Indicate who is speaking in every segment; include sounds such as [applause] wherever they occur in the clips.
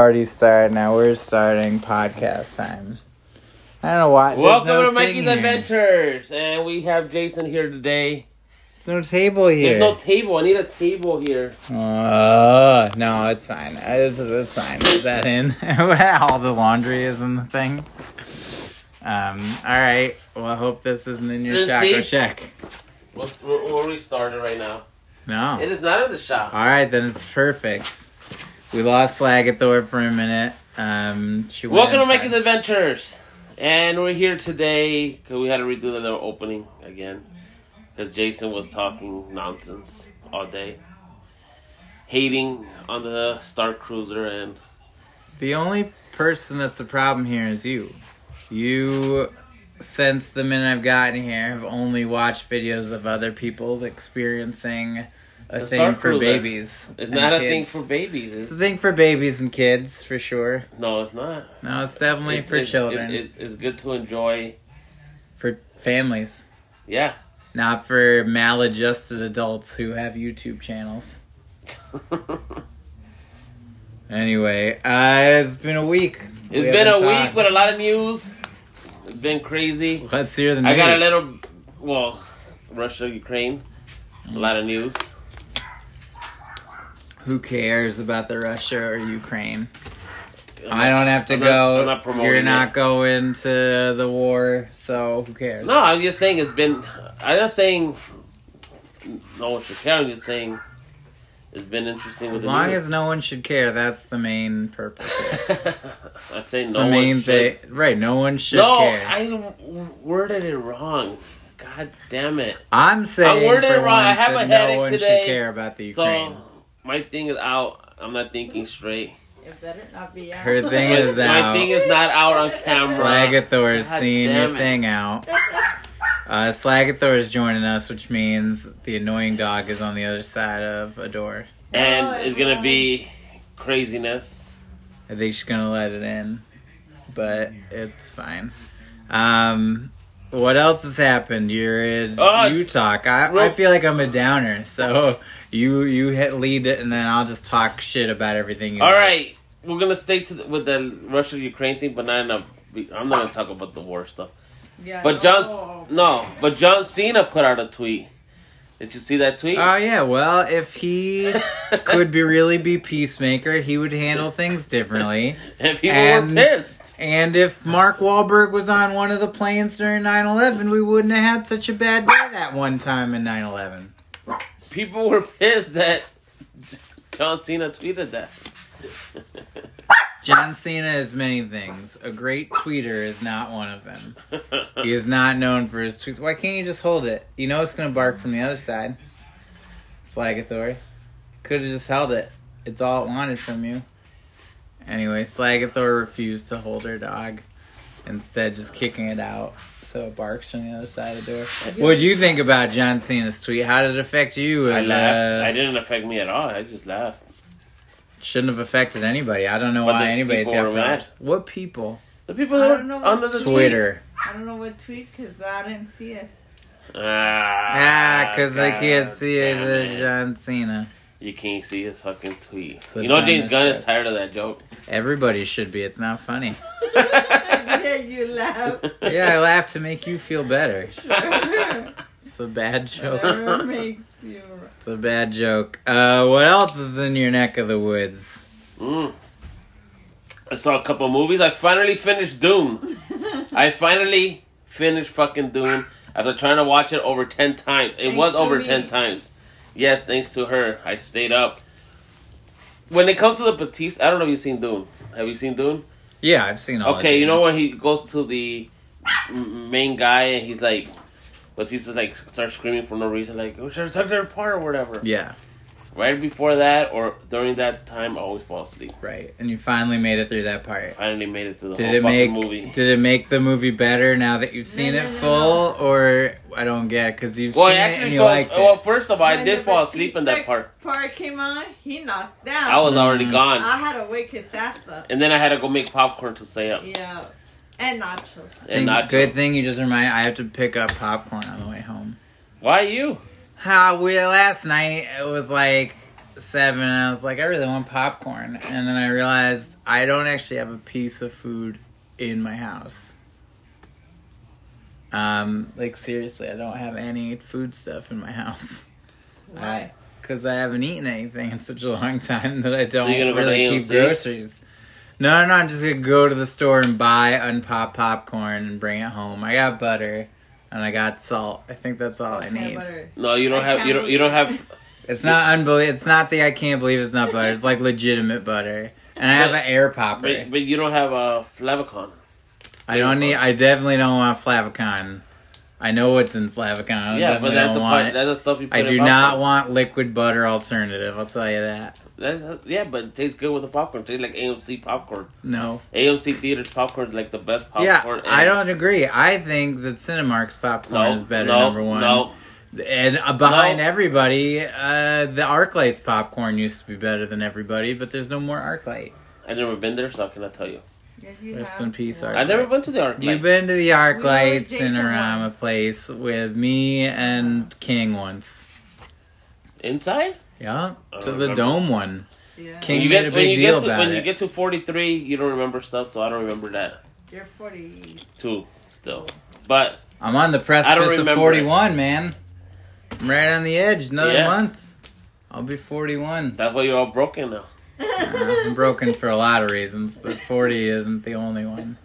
Speaker 1: already started now. We're starting podcast time. I don't know why. Uh, there's
Speaker 2: Welcome
Speaker 1: no
Speaker 2: to
Speaker 1: thing
Speaker 2: Mikey's
Speaker 1: here.
Speaker 2: Adventures, and we have Jason here today.
Speaker 1: There's no table here.
Speaker 2: There's no table. I need a table here.
Speaker 1: Uh, no, it's fine. Uh, It's, it's fine. Is that in? [laughs] All the laundry is in the thing. Um. All right. Well, I hope this isn't in your
Speaker 2: Let's
Speaker 1: shack
Speaker 2: see.
Speaker 1: or shack.
Speaker 2: We're, we're, we're restarted right now. It
Speaker 1: No.
Speaker 2: is not in the shop.
Speaker 1: All right, then it's perfect. We lost Slag at Thor for a minute. Um. She went
Speaker 2: Welcome to
Speaker 1: inside.
Speaker 2: Mikey's Adventures, and we're here today because we had to redo the little opening again because Jason was talking nonsense all day, hating on the Star Cruiser, and
Speaker 1: The only person that's the problem here is you. You, since the minute I've gotten here, have only watched videos of other people's experiencing a
Speaker 2: The Star
Speaker 1: thing for
Speaker 2: Cruiser.
Speaker 1: babies.
Speaker 2: it's
Speaker 1: and
Speaker 2: not a
Speaker 1: kids.
Speaker 2: thing for babies.
Speaker 1: It's a
Speaker 2: It's-
Speaker 1: thing for babies and kids, for sure.
Speaker 2: no, it's not.
Speaker 1: No, it's definitely
Speaker 2: It-
Speaker 1: for
Speaker 2: it- it-
Speaker 1: children,
Speaker 2: it- it's good to enjoy.
Speaker 1: for families,
Speaker 2: Yeah. [laughs]
Speaker 1: not for maladjusted adults who have YouTube channels. Anyway, uh, it's been a week.
Speaker 2: It's
Speaker 1: We
Speaker 2: been a
Speaker 1: haven't
Speaker 2: week
Speaker 1: talked.
Speaker 2: with a lot of news. It's been crazy.
Speaker 1: Let's hear the news.
Speaker 2: I got a little, well, Russia, Ukraine, a lot of news.
Speaker 1: Who cares about the Russia or Ukraine?
Speaker 2: I'm
Speaker 1: I
Speaker 2: not-
Speaker 1: don't have to
Speaker 2: I'm not-
Speaker 1: go.
Speaker 2: I'm not promoting
Speaker 1: You're
Speaker 2: it.
Speaker 1: not going to the war, so who cares?
Speaker 2: No, I'm just saying it's been. I'm just saying. No one should care. I'm just saying it's been interesting with
Speaker 1: As
Speaker 2: the
Speaker 1: long
Speaker 2: news.
Speaker 1: as
Speaker 2: [laughs]
Speaker 1: no one should care, that's the main purpose.
Speaker 2: I'm saying
Speaker 1: It's
Speaker 2: no
Speaker 1: the
Speaker 2: one
Speaker 1: main
Speaker 2: should.
Speaker 1: thing, right? No one should
Speaker 2: No,
Speaker 1: care.
Speaker 2: I w- worded it wrong. God damn it.
Speaker 1: am saying
Speaker 2: worded
Speaker 1: for
Speaker 2: it wrong. I
Speaker 1: once
Speaker 2: have a
Speaker 1: that
Speaker 2: headache
Speaker 1: no one
Speaker 2: today,
Speaker 1: should care about the Ukraine.
Speaker 2: So my thing is out. I'm not thinking straight.
Speaker 3: It better not be out.
Speaker 1: Her thing
Speaker 2: My-
Speaker 3: [laughs]
Speaker 1: is
Speaker 2: my
Speaker 1: out.
Speaker 2: thing is not out on camera.
Speaker 1: Slagathor is
Speaker 2: God
Speaker 1: seeing your
Speaker 2: damn it.
Speaker 1: thing out. Uh, Slagathor is joining us, which means the annoying dog is on the other side of a door.
Speaker 2: and
Speaker 3: Oh,
Speaker 2: it's gonna be craziness.
Speaker 1: I think she's gonna let it in, but it's fine. Um, what else has happened? You're in
Speaker 2: Uh,
Speaker 1: you talk. I, I
Speaker 2: real-
Speaker 1: feel like I'm a downer, so you you hit lead it, and then I'll just talk shit about everything. You
Speaker 2: All
Speaker 1: like.
Speaker 2: right, we're gonna stay to the, with the Russia Ukraine thing, but not enough. I'm not gonna talk about the war stuff.
Speaker 3: Yeah,
Speaker 2: But John, no, but John Cena put out a tweet. Did you see that tweet?
Speaker 1: Oh yeah. Well, if he could be really be peacemaker, he would handle things differently.
Speaker 2: [laughs] and people
Speaker 1: and-
Speaker 2: were pissed.
Speaker 1: And if Mark Wahlberg was on one of the planes during 9/11, we wouldn't have had such a bad day that one time in 9/11.
Speaker 2: People were pissed that John Cena tweeted that.
Speaker 1: John Cena is many things. A great tweeter is not one of them. He is not known for his tweets. Why can't you just hold it? You know it's gonna bark from the other side. Slagathor. Could have just held it. It's all it wanted from you. Anyway, Slagathor refused to hold her dog. Instead, just kicking it out so it barks from the other side of the door. What'd you think about John Cena's tweet? How did it affect you?
Speaker 2: [laughs] I
Speaker 1: As,
Speaker 2: laughed.
Speaker 1: uh,
Speaker 2: I didn't affect me at all. I just laughed.
Speaker 1: shouldn't have affected anybody. I don't know
Speaker 2: But
Speaker 1: why
Speaker 2: the
Speaker 1: anybody's
Speaker 2: people
Speaker 1: got
Speaker 2: were
Speaker 1: problems.
Speaker 2: mad.
Speaker 1: What people?
Speaker 2: The people
Speaker 3: I
Speaker 2: that
Speaker 3: don't
Speaker 2: were
Speaker 3: know.
Speaker 2: under the tweet.
Speaker 1: Twitter.
Speaker 3: I don't know what tweet because I didn't
Speaker 1: [laughs]
Speaker 3: see it.
Speaker 2: Ah,
Speaker 1: Ah, because they can't
Speaker 2: God
Speaker 1: see
Speaker 2: damn
Speaker 1: either
Speaker 2: it.
Speaker 1: John Cena.
Speaker 2: You can't see his fucking tweet.
Speaker 1: So
Speaker 2: you know James
Speaker 1: dumb
Speaker 2: Gunn
Speaker 1: as
Speaker 2: is
Speaker 1: shit.
Speaker 2: tired of that joke.
Speaker 1: Everybody should be. It's not funny.
Speaker 3: yeah, you laugh.
Speaker 1: [laughs]
Speaker 2: [laughs]
Speaker 1: yeah,
Speaker 3: [laughs]
Speaker 1: I laugh to make you feel better.
Speaker 3: Whatever
Speaker 1: It's a bad joke.
Speaker 3: Whatever makes you.
Speaker 1: It's a bad joke. Uh, what else is in your neck of the woods?
Speaker 2: Mm. I saw a couple movies. I finally finished Doom. I finally finished fucking Doom after trying to watch it over ten times. It
Speaker 3: Thanks
Speaker 2: was
Speaker 3: to
Speaker 2: over
Speaker 3: me.
Speaker 2: ten times. Yes, thanks to her, I stayed up. When it comes to the Batista, I don't know if you've seen Doom. Have you seen Doom?
Speaker 1: Yeah, I've seen all.
Speaker 2: Okay, you know when he goes to the m- main guy and he's like, Batista like starts screaming for no reason, like "We should tuck their apart" or whatever.
Speaker 1: Yeah,
Speaker 2: Right before that or during that time, I always fall asleep.
Speaker 1: right. And you finally made it through that part.
Speaker 2: Finally made it through the
Speaker 1: Did
Speaker 2: whole
Speaker 1: it make
Speaker 2: Oh, fucking movie.
Speaker 1: Did it make the movie better now that you've seen
Speaker 3: no,
Speaker 1: it
Speaker 3: no,
Speaker 1: full, or I don't get because you've
Speaker 2: well, I
Speaker 1: seen it and
Speaker 2: actually
Speaker 1: you
Speaker 2: fell.
Speaker 1: liked it.
Speaker 2: Well, first of all, I
Speaker 3: When
Speaker 2: did
Speaker 3: the
Speaker 2: fall asleep in that
Speaker 3: Batista
Speaker 2: part.
Speaker 3: Part came on, he knocked down.
Speaker 2: I was already
Speaker 1: Mm.
Speaker 2: gone,
Speaker 3: I had to wake his ass up.
Speaker 2: and then I had to go make popcorn to stay up.
Speaker 3: Yeah, and nachos.
Speaker 2: And
Speaker 1: Think-
Speaker 2: not
Speaker 1: good thing you just reminded. I have to pick up popcorn on the way home.
Speaker 2: why you?
Speaker 1: How we last night it was like seven, and I was like, I really want popcorn. And then I realized I don't actually have a piece of food in my house. Um, like seriously, I don't have any food stuff in my house.
Speaker 3: Why?
Speaker 1: Because I haven't eaten anything in such a long time that I don't
Speaker 2: you're gonna go to
Speaker 1: really keep
Speaker 2: AMC?
Speaker 1: groceries. No, no, no, I'm just gonna go to the store and buy unpopped popcorn and bring it home. I got butter and I got salt. I think that's all I
Speaker 3: Okay,
Speaker 1: need.
Speaker 3: butter.
Speaker 2: No, you don't
Speaker 3: I
Speaker 2: have
Speaker 3: can't
Speaker 2: you don't you don't
Speaker 3: believe-
Speaker 2: have
Speaker 1: It's not unbelievable. It's not the I can't believe it's not butter. It's like legitimate butter. And I have an air popper.
Speaker 2: but, but you don't have uh, a flavicon.
Speaker 1: I don't need. I definitely don't want Flavicon. I know what's in Flavicon. I
Speaker 2: yeah, but
Speaker 1: definitely
Speaker 2: that's
Speaker 1: don't
Speaker 2: the
Speaker 1: want
Speaker 2: part,
Speaker 1: it.
Speaker 2: that's the stuff you put
Speaker 1: I
Speaker 2: in
Speaker 1: do
Speaker 2: popcorn.
Speaker 1: not want liquid butter alternative. I'll tell you that.
Speaker 2: That- that- yeah, but it tastes good with the popcorn. It tastes like AMC popcorn.
Speaker 1: No.
Speaker 2: AMC theaters popcorn is like the best popcorn.
Speaker 1: Yeah, I
Speaker 2: and-
Speaker 1: don't agree. I think that Cinemark's popcorn is better.
Speaker 2: no,
Speaker 1: number one.
Speaker 2: No,
Speaker 1: And uh, behind
Speaker 2: No.
Speaker 1: everybody, uh, the ArcLight's popcorn used to be better than everybody, but there's no more ArcLight.
Speaker 2: I've never been there, so I cannot tell you.
Speaker 3: Yeah, you
Speaker 1: Rest
Speaker 3: have.
Speaker 1: in peace,
Speaker 3: Yeah.
Speaker 1: Art.
Speaker 2: I never went to the arc.
Speaker 1: You've been to the Arc
Speaker 3: We were
Speaker 1: Light
Speaker 3: with Jason
Speaker 1: Cinerama
Speaker 3: once.
Speaker 1: place with me and King once.
Speaker 2: inside.
Speaker 1: Yeah,
Speaker 2: I
Speaker 1: to
Speaker 2: don't
Speaker 1: the
Speaker 2: remember.
Speaker 1: dome one.
Speaker 3: Yeah.
Speaker 1: King-
Speaker 2: you
Speaker 1: made
Speaker 2: get
Speaker 1: a
Speaker 2: when
Speaker 1: big
Speaker 2: you
Speaker 1: deal
Speaker 2: get to
Speaker 1: about
Speaker 2: when
Speaker 1: it.
Speaker 2: you get to forty three, you don't remember stuff, so I don't remember that
Speaker 3: You're 40.
Speaker 2: too. Still, but
Speaker 1: I'm on the precipice of
Speaker 2: remember
Speaker 1: 41, man. I'm right on the edge. Another
Speaker 2: Yeah.
Speaker 1: month, I'll be 41.
Speaker 2: that's why you're all broken now.
Speaker 1: Uh, I'm broken for a lot of reasons, but 40 isn't the only one.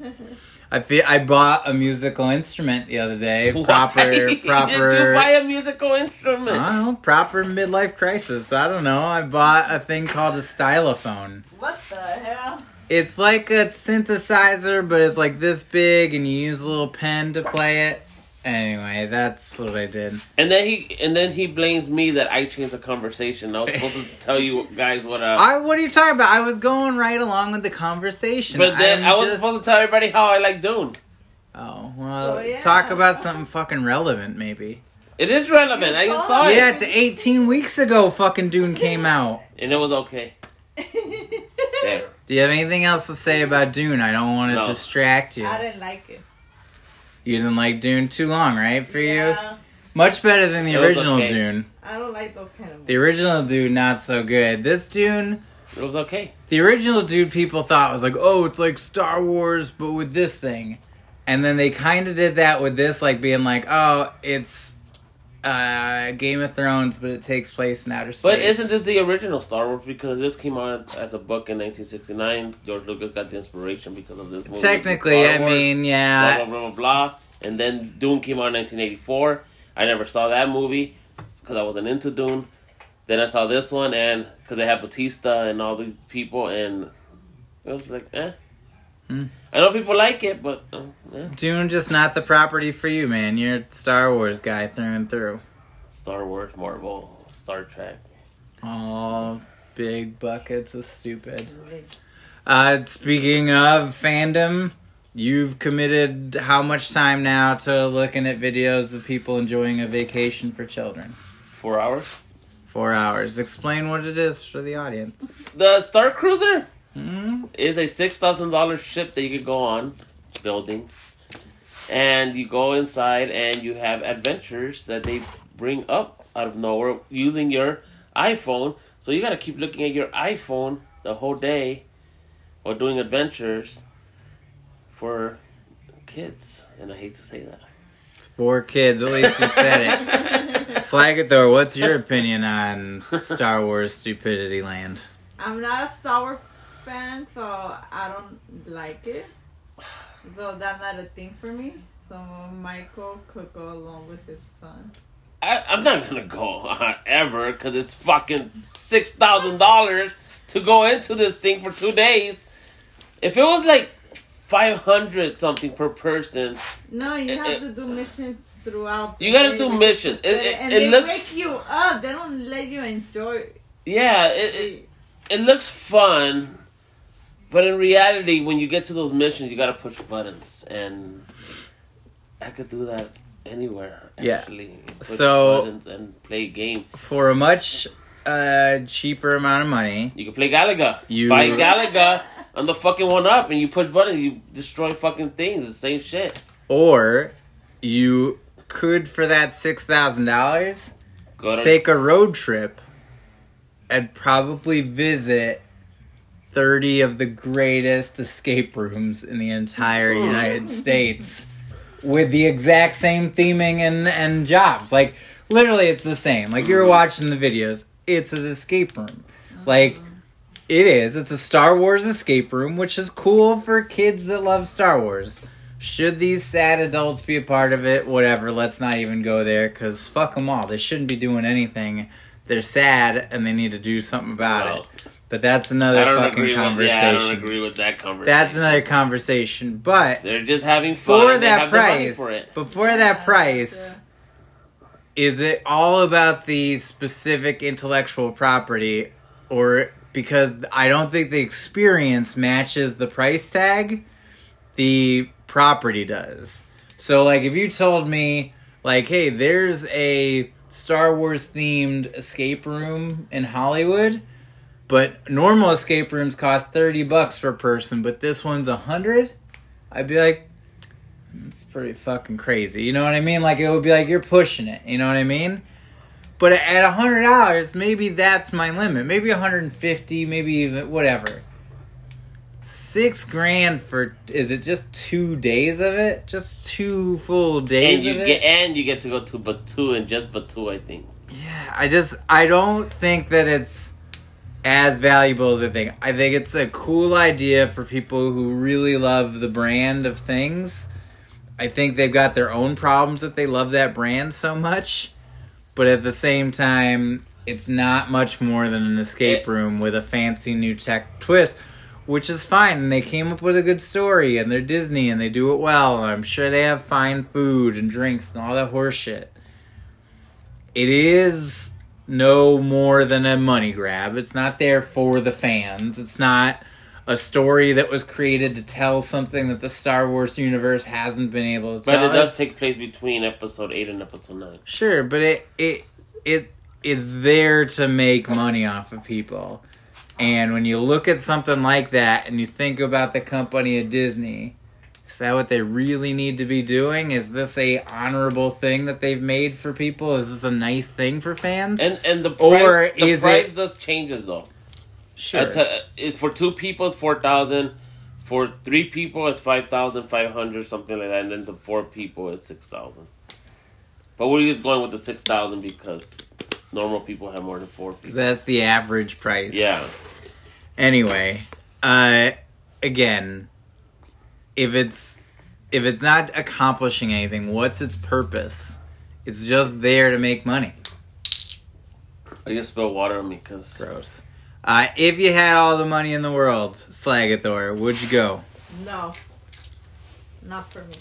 Speaker 1: I feel I bought a musical instrument the other day.
Speaker 2: Why
Speaker 1: Proper,
Speaker 2: Did [laughs] you
Speaker 1: proper.
Speaker 2: buy a musical instrument?
Speaker 1: I don't know, proper midlife crisis. I don't know. I bought a thing called a stylophone.
Speaker 3: [laughs] What the hell? [laughs]
Speaker 1: It's like a synthesizer, but it's like this big, and you use a little pen to play it. Anyway, that's what I did.
Speaker 2: And then he and then he blames me that I changed the conversation. I was supposed to tell you guys what. Uh,
Speaker 1: I what are you talking about? I was going right along with the conversation.
Speaker 2: but then
Speaker 1: I'm
Speaker 2: I was
Speaker 1: just-
Speaker 2: supposed to tell everybody how I like Dune.
Speaker 1: Oh well,
Speaker 3: Oh, yeah.
Speaker 1: talk about something fucking relevant, maybe.
Speaker 2: It is relevant. I
Speaker 3: You
Speaker 2: saw
Speaker 3: Oh,
Speaker 2: it,
Speaker 1: yeah, to eighteen weeks ago, fucking Dune came out.
Speaker 2: and it was okay. There.
Speaker 1: Do you have anything else to say about Dune? I don't want to
Speaker 2: No.
Speaker 1: distract you.
Speaker 3: I didn't like it.
Speaker 1: You didn't like Dune too long, right? For you,
Speaker 3: yeah,
Speaker 1: much better than the
Speaker 2: It was
Speaker 1: original
Speaker 2: okay.
Speaker 1: Dune.
Speaker 3: I don't like those kind of
Speaker 1: The original Dune not so good. This Dune.
Speaker 2: It was okay.
Speaker 1: The original dude people thought was like, oh, it's like Star Wars, but with this thing. And then they kind of did that with this, like being like, oh, it's uh, Game of Thrones, but it takes place in outer space.
Speaker 2: But isn't this the original Star Wars? Because this came out as a book in 1969. George Lucas got the inspiration because of this movie.
Speaker 1: Technically,
Speaker 2: Star
Speaker 1: I
Speaker 2: Wars,
Speaker 1: mean,
Speaker 2: blah,
Speaker 1: yeah.
Speaker 2: blah, blah, blah, blah. And then Dune came out in 1984. I never saw that movie because I wasn't into Dune. Then I saw this one, and because they had Batista and all these people, and it was like, eh.
Speaker 1: Hmm.
Speaker 2: I know people like it, but uh, eh.
Speaker 1: Dune just not the property for you, man. You're a Star Wars guy through and through.
Speaker 2: Star Wars, Marvel, Star Trek.
Speaker 1: All big buckets of stupid.
Speaker 3: movies.
Speaker 1: Uh, speaking of fandom, you've committed how much time now to looking at videos of people enjoying a vacation for children?
Speaker 2: Four hours.
Speaker 1: Four hours. Explain what it is for the audience.
Speaker 2: The Star Cruiser.
Speaker 1: hmm
Speaker 2: is a six thousand dollar ship that you can go on building, and you go inside and you have adventures that they bring up out of nowhere using your iPhone. So you got to keep looking at your iPhone the whole day, or doing adventures for kids. And I hate to say that.
Speaker 1: It's four kids. At least you said
Speaker 2: [laughs]
Speaker 1: it. [laughs] Slagathor, what's your opinion on Star Wars stupidity land?
Speaker 3: I'm not a Star Wars fan, so I don't like it. So that's not a thing for me. So Michael could go along with his son.
Speaker 2: I, I'm not gonna go uh, ever because it's fucking six thousand dollars to go into this thing for two days. If it was like five hundred something per person,
Speaker 3: No, you
Speaker 2: Eh, eh.
Speaker 3: have to do missions throughout. the
Speaker 2: you gotta do
Speaker 3: day.
Speaker 2: missions. It,
Speaker 3: But-
Speaker 2: it,
Speaker 3: and
Speaker 2: it
Speaker 3: they
Speaker 2: looks
Speaker 3: break you up. They don't let you enjoy.
Speaker 2: yeah, it, it
Speaker 3: It.
Speaker 2: it looks fun, but in reality, when you get to those missions, you gotta push buttons, and I could do that anywhere.
Speaker 1: Yeah.
Speaker 2: Actually. Push
Speaker 1: So-
Speaker 2: buttons and play game.
Speaker 1: For a much uh, cheaper amount of money,
Speaker 2: You can play Galaga.
Speaker 1: You-
Speaker 2: Buy Galaga on the fucking one up, and you push buttons, you destroy fucking things. The same shit.
Speaker 1: or you could, for that $6,000,
Speaker 2: Go to
Speaker 1: take a road trip I'd probably visit 30 of the greatest escape rooms in the entire United States with the exact same theming and, and jobs. Like, literally, it's the same. Like, you're watching the videos, it's an escape room. Like, it is. It's a Star Wars escape room, which is cool for kids that love Star Wars. Should these sad adults be a part of it? Whatever, let's not even go there because fuck them all. They shouldn't be doing anything. They're sad and they need to do something about
Speaker 2: No.
Speaker 1: it. But that's
Speaker 2: I
Speaker 1: another
Speaker 2: don't
Speaker 1: fucking
Speaker 2: agree with yeah, I don't
Speaker 1: conversation.
Speaker 2: agree with that conversation.
Speaker 1: That's another conversation. But
Speaker 2: They're just having fun.
Speaker 1: for
Speaker 2: and they
Speaker 1: that
Speaker 2: have the money
Speaker 1: price,
Speaker 2: for it.
Speaker 1: before
Speaker 3: Yeah,
Speaker 1: that price, is it all about the specific intellectual property, or because I don't think the experience matches the price tag, the property does. So, like, if you told me, like, hey, there's a Star Wars themed escape room in Hollywood. But normal escape rooms cost thirty bucks per person, but this one's a hundred. I'd be like, it's pretty fucking crazy. You know what I mean? Like it would be like you're pushing it. You know what I mean? But at a hundred dollars, maybe that's my limit. Maybe a hundred and fifty. Maybe even whatever. Six grand for is it just two days of it? Just two full days.
Speaker 2: and you
Speaker 1: of it?
Speaker 2: get and you get to go to Batu and just Batu, I think.
Speaker 1: Yeah, I just I don't think that it's as valuable as I think. I think it's a cool idea for people who really love the brand of things. I think they've got their own problems that they love that brand so much, but at the same time, it's not much more than an escape
Speaker 2: It-
Speaker 1: room with a fancy new tech twist, which is fine. And they came up with a good story, and they're Disney, and they do it well. And I'm sure they have fine food and drinks and all that horseshit it is no more than a money grab. It's not there for the fans. It's not a story that was created to tell something that the Star Wars universe hasn't been able to
Speaker 2: But
Speaker 1: tell.
Speaker 2: it does
Speaker 1: us.
Speaker 2: take place between episode eight and episode nine.
Speaker 1: Sure, but it it it is there to make money off of people. And when you look at something like that and you think about the company of Disney, is that what they really need to be doing? Is this a honorable thing that they've made for people? Is this a nice thing for fans?
Speaker 2: And and the price,
Speaker 1: Or
Speaker 2: the
Speaker 1: is
Speaker 2: price
Speaker 1: it-
Speaker 2: does changes though.
Speaker 1: sure.
Speaker 2: At, uh, it- for two people, it's four thousand. For three people, it's five thousand five hundred, something like that. And then the four people, it's six thousand. But we're just going with the six thousand because normal people have more than four people.
Speaker 1: 'Cause That's the average price.
Speaker 2: yeah,
Speaker 1: Anyway, uh, again, if it's if it's not accomplishing anything, what's its purpose? It's just there to make money.
Speaker 2: I just spilled water on me because
Speaker 1: Gross. Uh, if you had all the money in the world, Slagathor, would you go?
Speaker 3: No. Not for me.